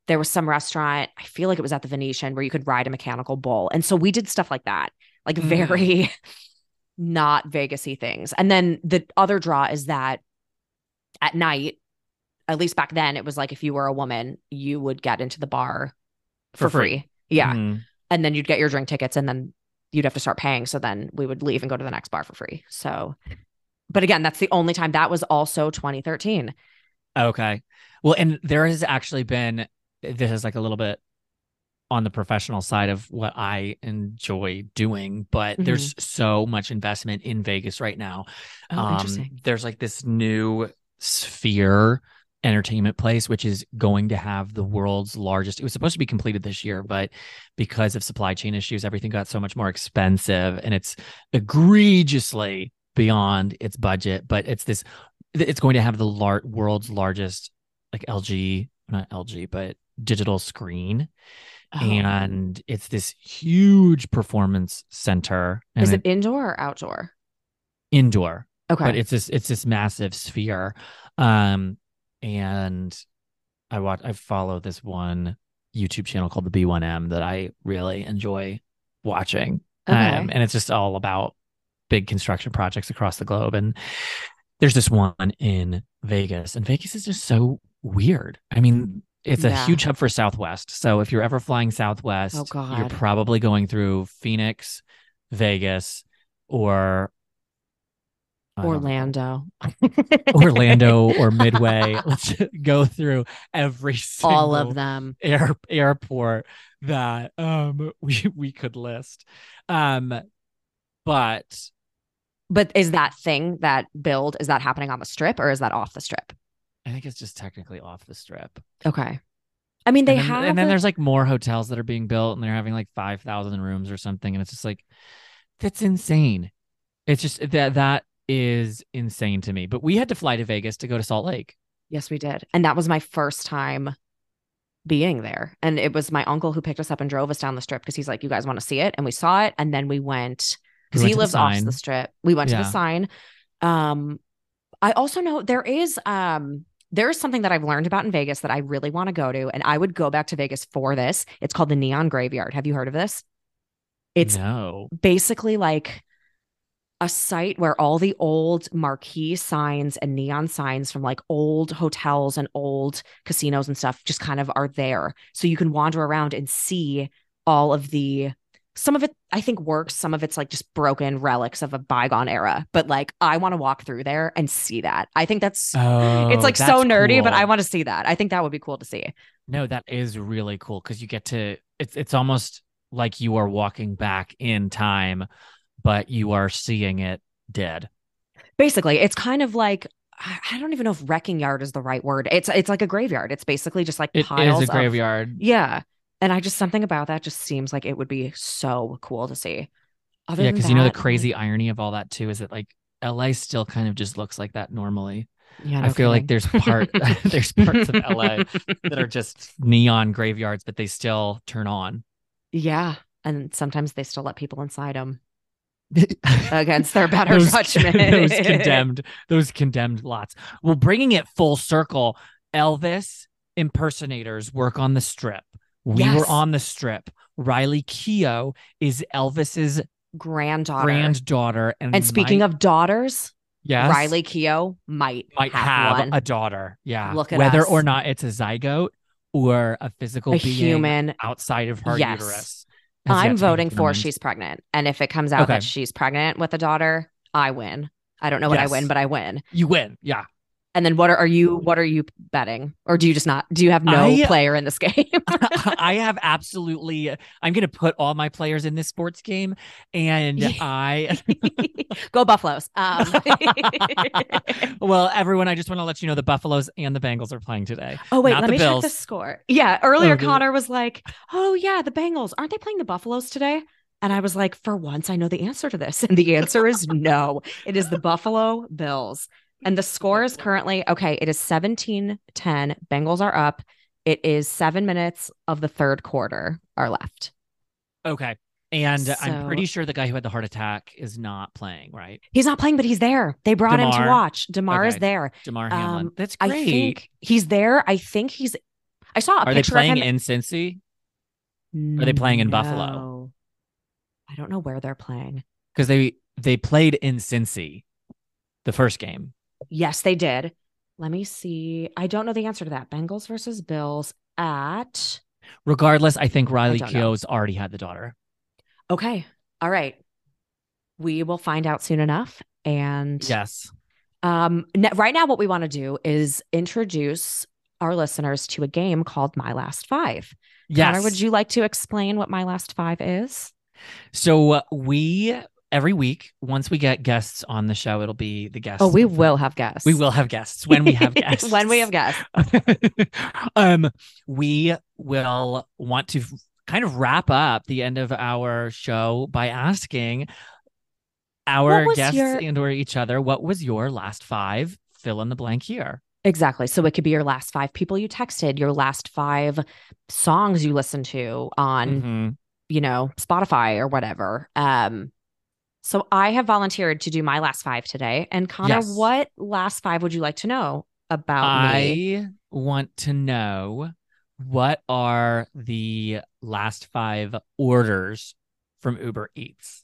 S2: there was some restaurant, I feel like it was at the Venetian where you could ride a mechanical bull. And so we did stuff like that. Like
S1: Mm.
S2: very <laughs> not Vegasy things. And then the other draw is that at night, at least back then, it was like if you were a woman, you would get into the bar for,
S1: For
S2: free.
S1: free.
S2: Yeah.
S1: Mm.
S2: And then you'd get your drink tickets and then you'd have to start paying. So then we would leave and go to the next bar for free. So, but again, that's the only time that was also 2013.
S1: Okay. Well, and there has actually been. This is like a little bit on the professional side of what I enjoy doing, but there's
S2: Mm-hmm.
S1: so much investment in Vegas right now.
S2: Oh,
S1: Um,
S2: interesting.
S1: There's like this new sphere entertainment place, which is going to have the world's largest. It was supposed to be completed this year, but because of supply chain issues, everything got so much more expensive and it's egregiously beyond its budget. But it's this, it's going to have the lar- world's largest, like LG, not LG, but digital screen.
S2: Oh.
S1: And it's this huge performance center and
S2: is
S1: it
S2: it indoor or outdoor?
S1: indoor
S2: Okay.
S1: but it's this it's this massive sphere um and i watch i follow this one youtube channel called the b1m that i really enjoy watching um and it's just all about big construction projects across the globe and there's this one in vegas and vegas is just so weird i mean it's a
S2: Yeah. Oh,
S1: huge hub for southwest so if you're ever flying southwest you're
S2: God.
S1: probably going through phoenix vegas or I don't know.
S2: Orlando.
S1: Orlando
S2: <laughs>
S1: or Midway. Let's go through every single
S2: All of them.
S1: air, airport that um <laughs> we we could list. Um but
S2: But is that thing, that build, is that happening on the strip or is that off the strip?
S1: I think it's just technically off the strip.
S2: Okay. I mean, they
S1: and then,
S2: have.
S1: and then
S2: like-
S1: there's like more hotels that are being built and they're having like 5,000 rooms or something and it's just like That's insane. It's just that that is insane to me. But we had to fly to Vegas to go to Salt Lake.
S2: Yes, we did. And that was my first time being there. And it was my uncle who picked us up and drove us down the strip because he's like, you guys want to see it? And we saw it. And then we went because
S1: We went
S2: he
S1: to the
S2: lives off
S1: sign.
S2: the strip. We went to
S1: Yeah.
S2: the sign. Um, I also know there is um there is something that I've learned about in Vegas that I really want to go to, and I would go back to Vegas for this. It's called the Neon Graveyard. Have you heard of this? It's
S1: no.
S2: basically like a site where all the old marquee signs and neon signs from like old hotels and old casinos and stuff just kind of are there. So you can wander around and see all of the some of it I think works, some of it's like just broken relics of a bygone era. But like I want to walk through there and see that. I think that's
S1: Oh,
S2: it's like so
S1: that's
S2: nerdy, but
S1: cool.
S2: I want to see that. I think that would be cool to see.
S1: No, that is really cool because you get to it's it's almost like you are walking back in time, but you are seeing it dead.
S2: basically it's kind of like I I don't even know if wrecking yard is the right word. It's it's like a graveyard. It's basically just like
S1: It
S2: piles
S1: is a
S2: of-
S1: graveyard.
S2: yeah, and I just something about that just seems like it would be so cool to see. Other
S1: yeah,
S2: than
S1: because you know the
S2: that, like-
S1: crazy irony of all that too is that like LA still kind of just looks like that normally.
S2: Yeah,
S1: I feel like there's
S2: <laughs>
S1: part <laughs> there's parts of LA that are just neon graveyards, but they still turn on.
S2: <laughs> yeah, and sometimes they still let people inside them
S1: Against
S2: against their better
S1: those,
S2: judgment.
S1: <laughs> those
S2: <laughs>
S1: condemned, those condemned lots. Well, bringing it full circle, Elvis impersonators work on the strip. We
S2: Yes.
S1: were on the strip. Riley Keough is Elvis's
S2: granddaughter.
S1: granddaughter, and,
S2: and speaking of daughters,
S1: yes,
S2: Riley Keough might
S1: might
S2: have,
S1: have,
S2: one,
S1: a daughter. Yeah,
S2: Look at
S1: whether
S2: us.
S1: or not it's a zygote or a physical
S2: a
S1: being
S2: human
S1: outside of her
S2: Yes.
S1: uterus. has yet to
S2: I'm
S1: be
S2: voting for
S1: determined.
S2: she's pregnant. And if it comes out
S1: Okay.
S2: that she's pregnant with a daughter, I win. I don't know what
S1: Yes.
S2: I win, but I win.
S1: You win. Yeah.
S2: And then what are, are you what are you betting? Or do you just not do you have no
S1: I- uh,
S2: player in
S1: <laughs>
S2: this <laughs> game?
S1: I have absolutely I'm going to put all my players in this sports game and
S2: Yeah. <laughs>
S1: I <laughs>
S2: Go Buffaloes. Um,
S1: Well, everyone, I just want to let you know the Buffaloes and the Bengals are playing today.
S2: oh wait,
S1: Not
S2: let
S1: the
S2: me
S1: Bills.
S2: check the score. Yeah, earlier
S1: Okay.
S2: Connor was like, "Oh yeah, the Bengals. Aren't they playing the Buffaloes today?" And I was like, "For once, I know the answer to this." <laughs> And the answer is no. It is the Buffalo Bills. And the score is currently okay, it is 17 10. Bengals are up. It is seven minutes of the third quarter are left.
S1: Okay. And I'm
S2: So-
S1: pretty sure the guy who had the heart attack is not playing, right?
S2: He's not playing, but he's there. They brought him
S1: Damar.
S2: to watch. Damar is
S1: Okay.
S2: there.
S1: Damar Hamlin.
S2: Um,
S1: That's
S2: I
S1: great.
S2: think he's there. I think he's. I saw a
S1: are they
S2: picture
S1: playing
S2: of him.
S1: in Cincy? are they playing in Buffalo?
S2: Mm, No. I don't know where they're playing.
S1: Because they they played in Cincy, the first game.
S2: Yes, they did. Let me see. I don't know the answer to that. Bengals versus Bills at.
S1: Regardless, I think Riley
S2: don't know.
S1: Keough's already had the daughter.
S2: Okay. All right. We will find out soon enough. And
S1: Yes.
S2: um, n- right now, what we want to do is introduce our listeners to a game called My Last Five.
S1: Yes.
S2: Connor, would you like to explain what My Last Five is?
S1: So uh, we every week, once we get guests on the show, it'll be the guests.
S2: Oh, we
S1: from-
S2: will have guests.
S1: We will have guests when we have guests.
S2: <laughs> when we have guests.
S1: <laughs> um, we will want to f- kind of wrap up the end of our show by asking our
S2: What was
S1: guests
S2: your-
S1: and or each other, what was your last five? Fill in the blank here.
S2: Exactly. So it could be your last five people you texted, your last five songs you listened to on,
S1: Mhm.
S2: you know, Spotify or whatever. Um, so I have volunteered to do my last five today. And Connor,
S1: Yes.
S2: what last five would you like to know about me?
S1: I want to know what are the last five orders from Uber Eats.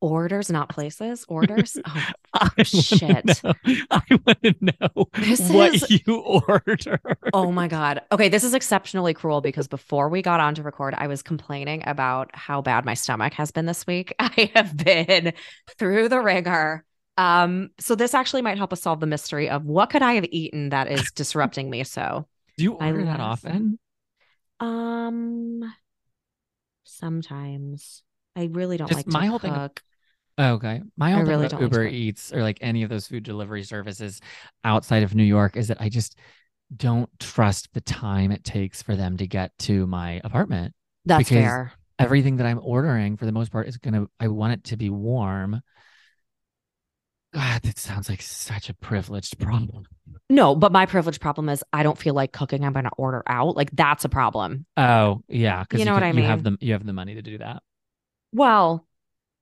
S2: Orders,
S1: <laughs>
S2: not places. Orders. <laughs> oh,
S1: I wanna
S2: Shit.
S1: know- I want to know
S2: This
S1: what
S2: is-
S1: you order. <laughs>
S2: Oh my God. Okay. This is exceptionally cruel because before we got on to record, I was complaining about how bad my stomach has been this week. <laughs> I have been through the ringer. Um, so this actually might help us solve the mystery of what could I have eaten that is disrupting me so.
S1: Do you
S2: I
S1: order that
S2: love-
S1: often?
S2: <laughs> Um sometimes. I really don't
S1: Just
S2: like
S1: my
S2: to
S1: whole thing-
S2: cook.
S1: Oh, okay. My whole thing
S2: really
S1: about
S2: don't like
S1: Uber
S2: to-
S1: Eats or like any of those food delivery services outside of New York is that I just don't trust the time it takes for them to get to my apartment.
S2: That's
S1: because
S2: fair.
S1: everything that I'm ordering for the most part is gonna I want it to be warm. God, that sounds like such a privileged <laughs> problem.
S2: No, but my privilege problem is I don't feel like cooking. I'm going to order out. Like that's a problem.
S1: Oh, yeah.
S2: You
S1: Because
S2: know what I
S1: You have
S2: mean.
S1: the you have the money to do that.
S2: Well,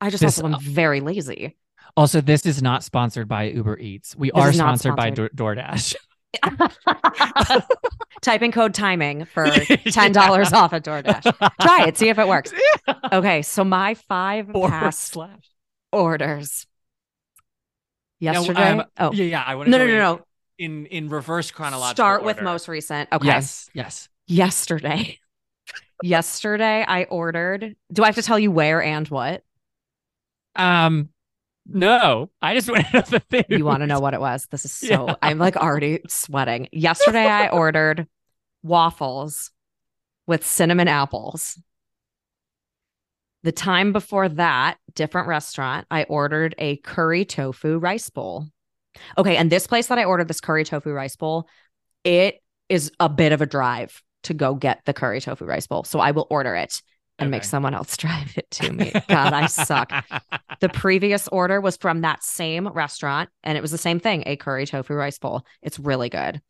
S2: I just
S1: This-
S2: also am very lazy.
S1: Also, this is not sponsored by Uber Eats. We
S2: This
S1: are
S2: is not
S1: sponsored, by Door- DoorDash.
S2: Type in code
S1: <laughs>
S2: timing for ten dollars off at DoorDash. Try it, see if it
S1: <laughs>
S2: works. Okay, so my five
S1: Forward
S2: past
S1: slash.
S2: orders
S1: um,
S2: yesterday. oh
S1: Yeah, yeah. I want to
S2: no, no, no, no.
S1: In in reverse chronological.
S2: Start with
S1: order.
S2: most recent. Okay.
S1: Yes, yes.
S2: Yesterday. <laughs> yesterday I ordered. Do I have to tell you where and what?
S1: Um, no, I just went out the food. <laughs>
S2: You want to know what it was? This is so
S1: Yeah.
S2: I'm like already sweating.
S1: <laughs>
S2: Yesterday I ordered waffles with cinnamon apples. The time before that, different restaurant, I ordered a curry tofu rice bowl. Okay, and this place that I ordered this curry tofu rice bowl, it is a bit of a drive to go get the curry tofu rice bowl. So I will order it and make
S1: Okay.
S2: someone else <laughs> drive it
S1: <laughs>
S2: to me. God, I suck the previous order was from that same restaurant and it was the same thing a curry tofu rice bowl it's really good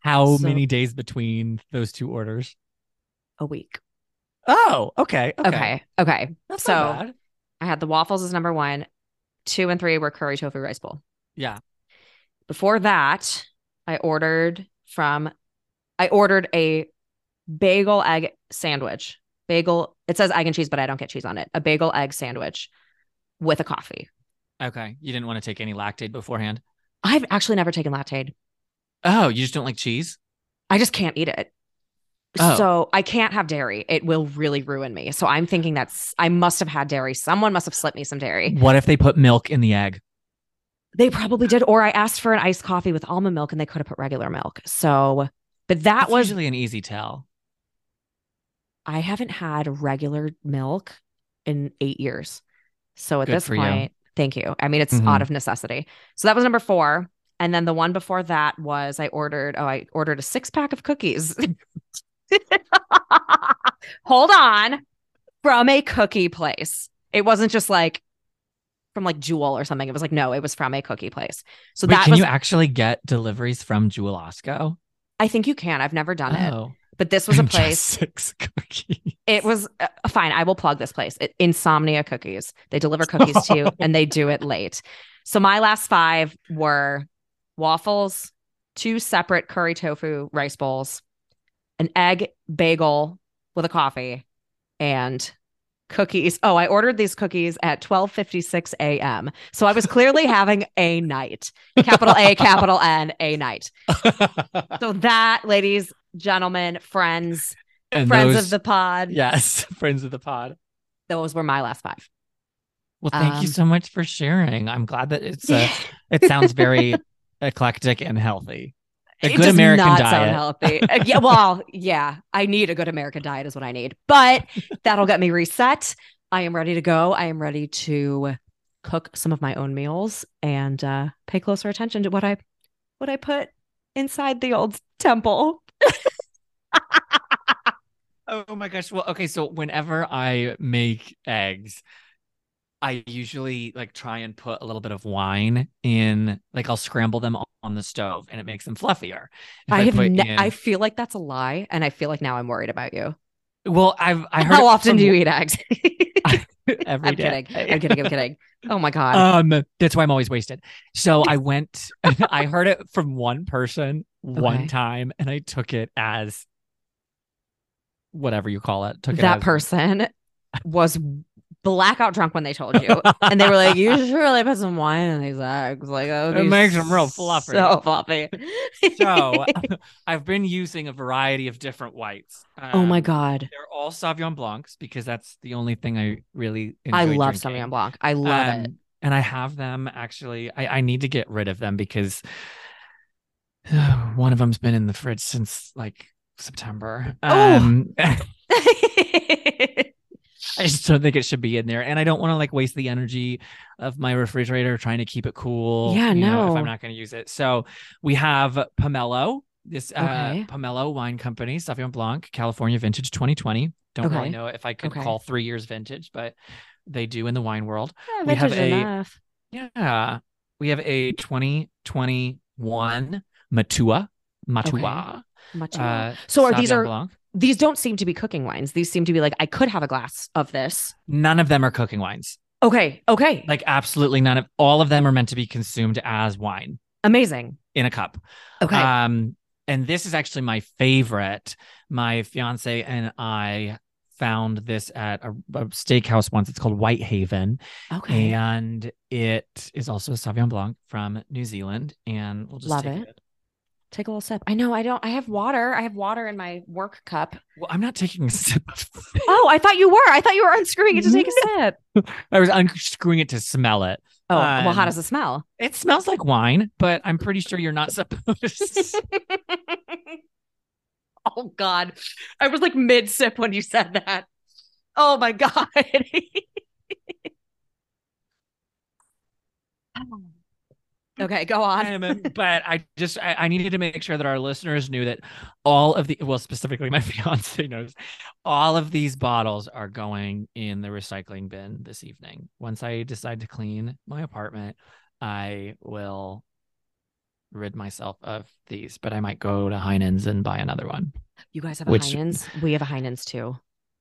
S1: How
S2: So-
S1: many days between those two orders?
S2: a week
S1: Oh, okay,
S2: okay okay,
S1: That's
S2: so- i had the waffles as number one two and three were curry tofu rice bowl
S1: Yeah.
S2: before that i ordered from i ordered a bagel egg sandwich bagel it says egg and cheese but i don't get cheese on it a bagel egg sandwich with a coffee
S1: Okay, you didn't want to take any lactate beforehand.
S2: i've actually never taken lactaid
S1: Oh, you just don't like cheese.
S2: I just can't eat it.
S1: Oh.
S2: So I can't have dairy. It will really ruin me. So I'm thinking that's I must have had dairy. Someone must have slipped me some dairy.
S1: What if they put milk in the egg?
S2: They probably did. Or I asked for an iced coffee with almond milk and they could have put regular milk. So but that
S1: That's
S2: was
S1: usually an easy tell.
S2: I haven't had regular milk in eight years. So at
S1: Good
S2: this
S1: for you.
S2: point, thank you. I mean, it's
S1: Mhm.
S2: out of necessity. So that was number four. And then the one before that was I ordered, oh, I ordered a six pack of cookies. <laughs> Hold on. From a cookie place. It wasn't just like from like Jewel or something. It was like, no, it was from a cookie place. So
S1: Wait,
S2: that
S1: can
S2: was,
S1: you actually get deliveries from Jewel Osco?
S2: I think you can. I've never done it,
S1: Oh,
S2: but this was a
S1: And <laughs> just
S2: place.
S1: six cookies. <laughs>
S2: It was uh, fine. I will plug this place. It, Insomnia Cookies. They deliver cookies to you and they
S1: <laughs>
S2: do it late. So my last five were waffles, two separate curry tofu rice bowls, an egg bagel with a coffee, and cookies. Oh, I ordered these cookies at 12:56 a.m. So I
S1: <laughs>
S2: was clearly having a night. Capital A, capital N, a night. So that, ladies, gentlemen, friends,
S1: and
S2: friends
S1: those-
S2: of the pod,
S1: yes, <laughs> friends of the pod.
S2: those were my last five.
S1: Well, thank you
S2: Um,
S1: so much for sharing. I'm glad that it's uh, it sounds very eclectic and healthy. A
S2: <laughs> It
S1: good
S2: does
S1: American
S2: not sound
S1: diet.
S2: healthy.
S1: <laughs>
S2: Uh, yeah, well, yeah, I need a good American diet is what I need, but that'll get me reset. I am ready to go. I am ready to cook some of my own meals and uh, pay closer attention to what I what I put inside the old temple.
S1: Oh my gosh. Well, okay, so whenever I make eggs, I usually like try and put a little bit of wine in, like I'll scramble them on the stove and it makes them fluffier. If
S2: I have.
S1: put
S2: Ne-
S1: in-
S2: I feel like that's a lie, and I feel like now I'm worried about you.
S1: well, I've I heard
S2: How
S1: it
S2: often
S1: from-
S2: do you eat eggs? <laughs>
S1: <laughs> every
S2: I'm
S1: day.
S2: kidding. I'm
S1: <laughs>
S2: kidding. I'm kidding. Oh my god.
S1: Um, that's why I'm always wasted.
S2: <laughs>
S1: So I went, <laughs> I heard it from one person one
S2: Okay.
S1: time, and I took it as whatever you call it. Took it
S2: that
S1: as-
S2: person was blackout drunk when they told you. and they were like, you should really put some wine in these eggs. Like, that would
S1: It
S2: be
S1: makes 'em real fluffy."
S2: So fluffy. <laughs> uh,
S1: so <laughs> I've been using a variety of different whites.
S2: oh my
S1: Um,
S2: God.
S1: They're all Sauvignon Blancs because that's the only thing I really enjoy.
S2: I love
S1: drinking.
S2: Sauvignon Blanc. I love it.
S1: Um, And I have them actually. I, I need to get rid of them because <sighs> one of them's been in the fridge since like September.
S2: Oh.
S1: Um, <laughs>
S2: <laughs>
S1: I just don't think it should be in there. And I don't want to like waste the energy of my refrigerator trying to keep it cool.
S2: Yeah,
S1: you know, if
S2: no.
S1: I'm not going to use it. So we have Pomelo, this uh,
S2: Okay.
S1: Pomelo Wine Company, Sauvignon Blanc, California Vintage 2020. Don't really
S2: Okay.
S1: know if I could
S2: Okay.
S1: call three years vintage, but they do in the wine world.
S2: Yeah,
S1: We have
S2: vintage
S1: a-
S2: enough.
S1: Yeah. We have a 2021 Matua. Matua.
S2: Much
S1: Uh,
S2: enough. So are these
S1: Sauvignon
S2: are
S1: Blanc.
S2: these don't seem to be cooking wines. These seem to be like I could have a glass of this.
S1: none of them are cooking wines.
S2: Okay, okay,
S1: Like absolutely none of all of them are meant to be consumed as wine
S2: amazing.
S1: in a cup.
S2: Okay,
S1: Um, and this is actually my favorite. My fiance and I found this at a, a steakhouse once. It's called Whitehaven,
S2: okay.
S1: and it is also a Sauvignon Blanc from New Zealand. And we'll just
S2: Love
S1: take
S2: it. Take a little sip. I know I don't. I have water. I have water in my work cup.
S1: Well, I'm not taking a sip. Of
S2: Oh, I thought you were. I thought you were unscrewing it to take a sip.
S1: <laughs> I was unscrewing it to smell it.
S2: Oh, well, how
S1: Um,
S2: does it smell?
S1: It smells like wine, but I'm pretty sure you're not supposed.
S2: oh God, I was like mid sip when you said that. Oh my God. <laughs> okay, go on.
S1: Um, but I just I, I needed to make sure that our listeners knew that all of the well specifically my <laughs> fiance knows all of these bottles are going in the recycling bin this evening. Once I decide to clean my apartment, I will rid myself of these. But I might go to Heinen's and buy another one.
S2: You guys have a
S1: Which-
S2: Heinen's. We have a Heinen's too.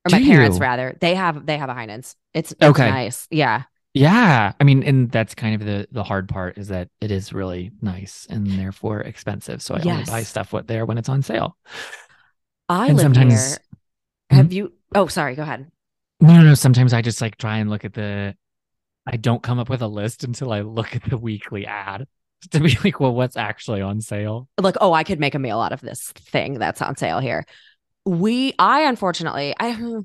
S2: Or
S1: Do
S2: my parents
S1: you?
S2: rather. They have they have a Heinen's. It's, it's
S1: Okay.
S2: nice. Yeah.
S1: Yeah, I mean, and that's kind of the the hard part is that it is really nice and therefore expensive. So I only buy
S2: Yes.
S1: stuff what there when it's on sale.
S2: I
S1: And
S2: live
S1: sometimes-
S2: here.
S1: Mhm.
S2: Have you oh sorry, go ahead.
S1: No, no, no. Sometimes I just like try and look at the. I don't come up with a list until I look at the weekly ad <laughs> to be like, well, what's actually on sale?
S2: like, oh, I could make a meal out of this thing that's on sale here. We, I unfortunately, I hmm,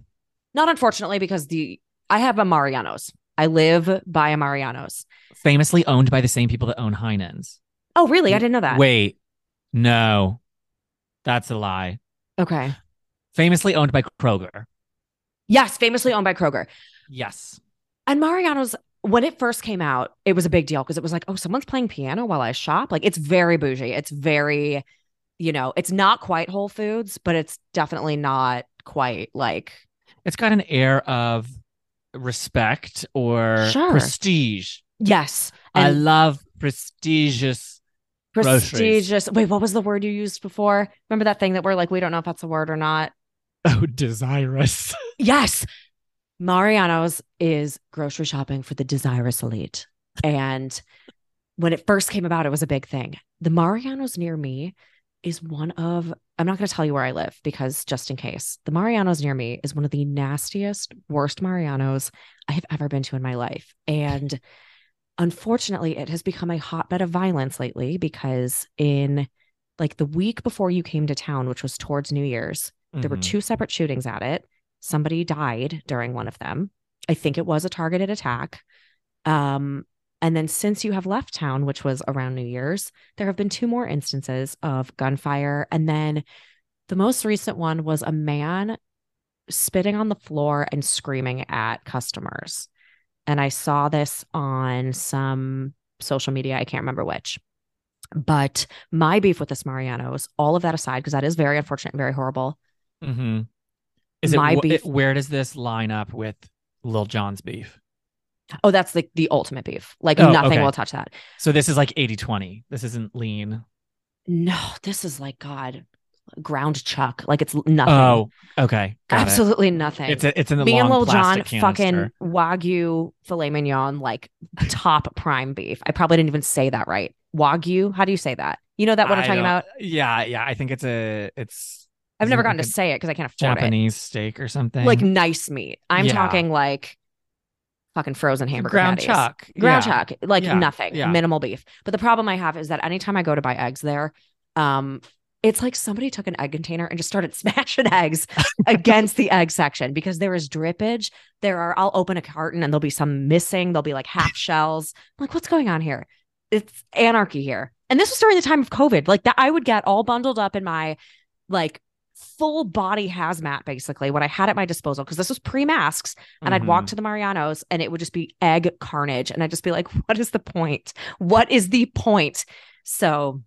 S2: not unfortunately because the I have a Mariano's. I live by a Mariano's.
S1: Famously owned by the same people that own Heinen's.
S2: Oh, really? I didn't know that.
S1: Wait, no, that's a lie.
S2: Okay.
S1: Famously owned by Kroger.
S2: Yes, famously owned by Kroger.
S1: Yes.
S2: And Mariano's, when it first came out, it was a big deal because it was like, oh, someone's playing piano while I shop. Like, it's very bougie. It's very, you know, it's not quite Whole Foods, but it's definitely not quite like,
S1: It's got an air of respect or
S2: Sure.
S1: prestige.
S2: yes.
S1: I
S2: And
S1: love prestigious. <laughs> groceries.
S2: prestigious. Wait, what was the word you used before? Remember that thing that we're like, we don't know if that's a word or not.
S1: Oh, desirous.
S2: Yes. Mariano's is grocery shopping for the desirous elite. And when it first came about, it was a big thing. The Mariano's near me is one of, I'm not going to tell you where I live because just in case, the Mariano's near me is one of the nastiest, worst Mariano's I have ever been to in my life. And unfortunately, it has become a hotbed of violence lately because in like the week before you came to town, which was towards New Year's, there were
S1: Mhm.
S2: two separate shootings at it. Somebody died during one of them. I think it was a targeted attack. Um, and then since you have left town, which was around New Year's, there have been two more instances of gunfire. And then the most recent one was a man spitting on the floor and screaming at customers. And I saw this on some social media, I can't remember which. But my beef with this Mariano's, all of that aside, because that is very unfortunate and very horrible.
S1: Mm-hmm. Is it,
S2: My
S1: wh-
S2: beef-
S1: it- where does this line up with Lil John's beef?
S2: Oh, that's like the ultimate beef. Like
S1: Oh,
S2: nothing
S1: okay.
S2: will touch that.
S1: So this is like 80-20. This isn't lean.
S2: No, this is like God ground chuck. Like it's nothing.
S1: Oh, okay. Got
S2: absolutely
S1: It.
S2: nothing.
S1: It's a, it's in the
S2: Me
S1: long
S2: and Lil John
S1: plastic
S2: fucking
S1: canister.
S2: wagyu filet mignon, like top prime beef. I probably didn't even say that right. Wagyu. How do you say that? You know that what I'm
S1: I
S2: talking
S1: don't-
S2: about?
S1: Yeah, yeah. I think it's a it's
S2: I've
S1: isn't
S2: never
S1: it
S2: gotten
S1: like
S2: to
S1: a
S2: say it because I can't afford
S1: Japanese steak or something.
S2: it. Like nice meat. I'm
S1: Yeah.
S2: talking like fucking frozen hamburger
S1: ground
S2: patties.
S1: chuck.
S2: ground
S1: yeah.
S2: chuck like
S1: Yeah.
S2: nothing
S1: Yeah.
S2: minimal beef but the problem i have is that anytime i go to buy eggs there um it's like somebody took an egg container and just started <laughs> smashing eggs against the egg section because there is drippage there are i'll open a carton and there'll be some missing there'll be
S1: <laughs>
S2: like half shells I'm like what's going on here it's anarchy here and this was during the time of covid like that i would get all bundled up in my like full body hazmat basically what i had at my disposal because this was pre-masks and I'd walk
S1: Mhm.
S2: to the Marianos and it would just be egg carnage. And I'd just be like, <laughs> what is the point? What is the point? So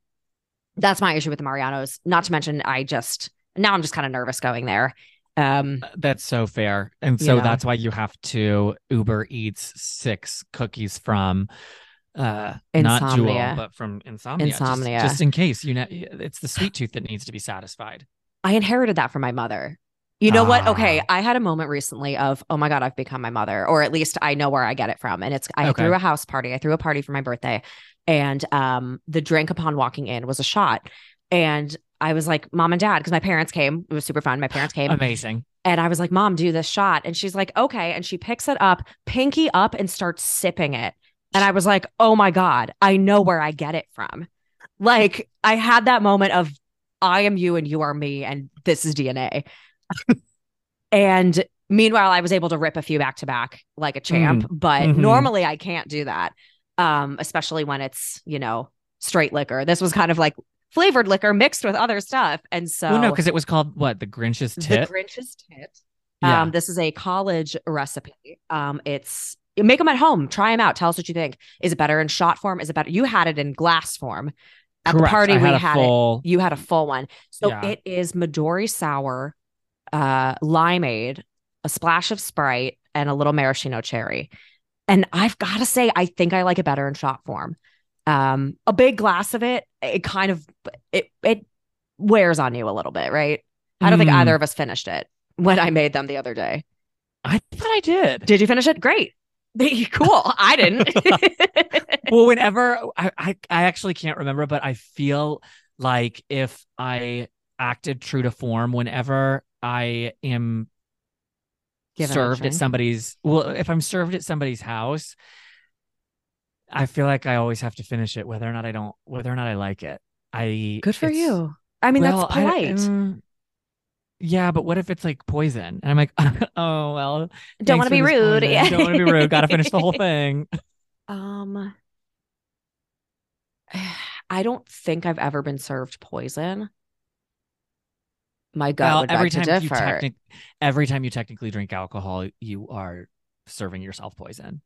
S2: that's my issue with the Marianos. Not to mention, I just now I'm just kind of nervous going there. Um,
S1: That's so fair. And so
S2: Yeah.
S1: that's why you have to Uber Eats six cookies from uh not
S2: Insomnia.
S1: Jewel, but from insomnia. just-
S2: Insomnia.
S1: Just, in case, you know it's the sweet tooth that needs to be satisfied.
S2: I inherited that from my mother. You know what?
S1: Ah.
S2: Okay, I had a moment recently of, oh my god, I've become my mother, or at least I know where I get it from. And it's I
S1: Okay.
S2: threw a house party. I threw a party for my birthday, and um, the drink upon walking in was a shot, and I was like, mom and dad, because my parents came. It was super fun. My parents came,
S1: <laughs> Amazing.
S2: and I was like, mom, do this shot, and she's like, okay, and she picks it up, pinky up, and starts sipping it, and I was like, oh my god, I know where I get it from. Like I had that moment of I am you and you are me, and this is DNA. and meanwhile, I was able to rip a few back to back like a champ, but
S1: Mhm.
S2: normally I can't do that, um, especially when it's, you know, straight liquor. This was kind of like flavored liquor mixed with other stuff. And so,
S1: well, no, because it was called what? The Grinch's
S2: the
S1: Tit?
S2: Grinch's tit.
S1: yeah.
S2: Um, this is a college recipe. Um, it's make them at home, try them out, tell us what you think. Is it better in shot form? Is it better? You had it in glass form at the
S1: Correct.
S2: party.
S1: I
S2: we
S1: had a
S2: had it.
S1: full,
S2: You had a full one. So
S1: Yeah.
S2: it is Midori sour, uh, limeade, a splash of Sprite, and a little maraschino cherry. And I've got to say, I think I like it better in shot form. Um, a big glass of it, it kind of it it wears on you a little bit, right? I don't think
S1: Mm.
S2: either of us finished it when I made them the other day.
S1: I thought I did.
S2: Did you finish it? Great. <laughs> cool. I didn't.
S1: <laughs> well, whenever I, I I actually can't remember, but I feel like if I acted true to form, whenever I am
S2: Given a
S1: served at
S2: drink?
S1: somebody's well, if I'm served at somebody's house, I feel like I always have to finish it, whether or not I don't, whether or not I like it. I
S2: Good for
S1: it's-
S2: you. I mean,
S1: well,
S2: that's
S1: I-
S2: polite.
S1: mm, yeah, but what if it's like poison? And I'm like, <laughs> oh well.
S2: don't
S1: thanks
S2: want to be
S1: for this
S2: rude.
S1: poison. Don't want to be rude. Gotta finish the
S2: <laughs>
S1: whole thing.
S2: Um, I don't think I've ever been served poison. My gut
S1: Well,
S2: would
S1: every
S2: beg
S1: time
S2: to
S1: you
S2: differ.
S1: technic- every time you technically drink alcohol, you are serving yourself poison.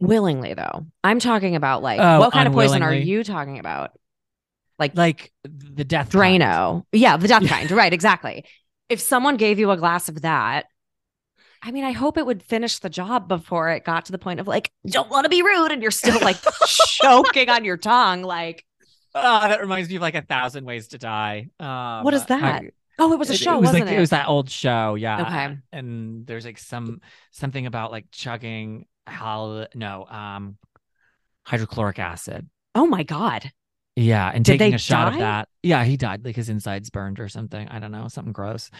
S2: willingly, though, I'm talking about like
S1: Oh,
S2: what kind of poison are
S1: unwillingly?
S2: you talking about?
S1: Like the death kind.
S2: Drano. Yeah, the death
S1: Yeah.
S2: kind. Right, exactly. If someone gave you a glass of that, I mean, I hope it would finish the job before it got to the point of like, don't want to be rude, and
S1: <laughs>
S2: you're still like choking on your tongue. Like,
S1: Ah, that reminds me of like a thousand ways to die. Um,
S2: What is that? oh, it was a show,
S1: was
S2: wasn't
S1: like, It was that old show, yeah.
S2: Okay.
S1: And there's like some something about like chugging hal no um hydrochloric acid.
S2: oh my god.
S1: Yeah, and
S2: Did
S1: taking
S2: they
S1: a shot
S2: die?
S1: of that. Yeah, he died like his insides burned or something. I don't know, something gross.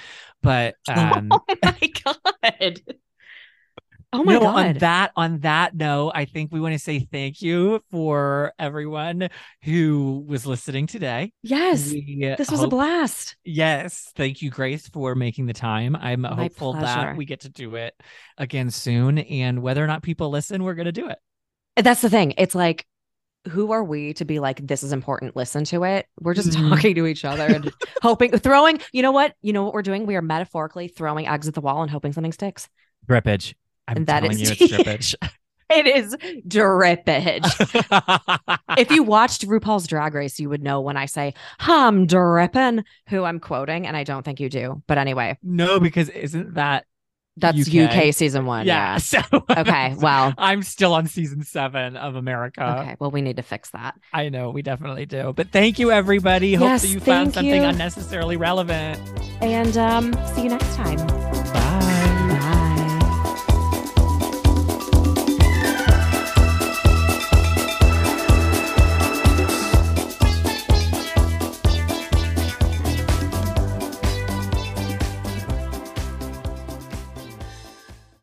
S1: But um
S2: <laughs> oh my god. Oh my
S1: <laughs> no, on
S2: god.
S1: that on that note, I think we want to say thank you for everyone who was listening today.
S2: yes.
S1: We
S2: This was a
S1: hope-
S2: blast.
S1: Yes, thank you, Grace, for making the time. I'm
S2: My
S1: hopeful
S2: pleasure.
S1: that we get to do it again soon. And whether or not people listen, we're going to do it.
S2: That's the thing. It's like, who are we to be like, this is important? Listen to it. We're just
S1: Mhm.
S2: talking to each other <laughs> and hoping, throwing, you know what? You know what we're doing? We are metaphorically throwing eggs at the wall and hoping something sticks.
S1: Drippage. I'm
S2: And that
S1: telling
S2: is- <laughs>
S1: you, it's
S2: It is <laughs> drippage.
S1: drippage.
S2: if you watched RuPaul's Drag Race, you would know when I say, hum dripping, who I'm quoting. And I don't think you do. But anyway,
S1: <laughs> no, because isn't that
S2: that's
S1: UK.
S2: UK, season one.
S1: yeah? <laughs>
S2: Yeah.
S1: So
S2: Okay. Well,
S1: I'm still on season seven of America.
S2: okay. Well, we need to fix that.
S1: I know we definitely do. But thank you, everybody. Hope
S2: Yes,
S1: that you found
S2: thank
S1: something
S2: you.
S1: unnecessarily relevant.
S2: And um, see you next time.
S1: Bye.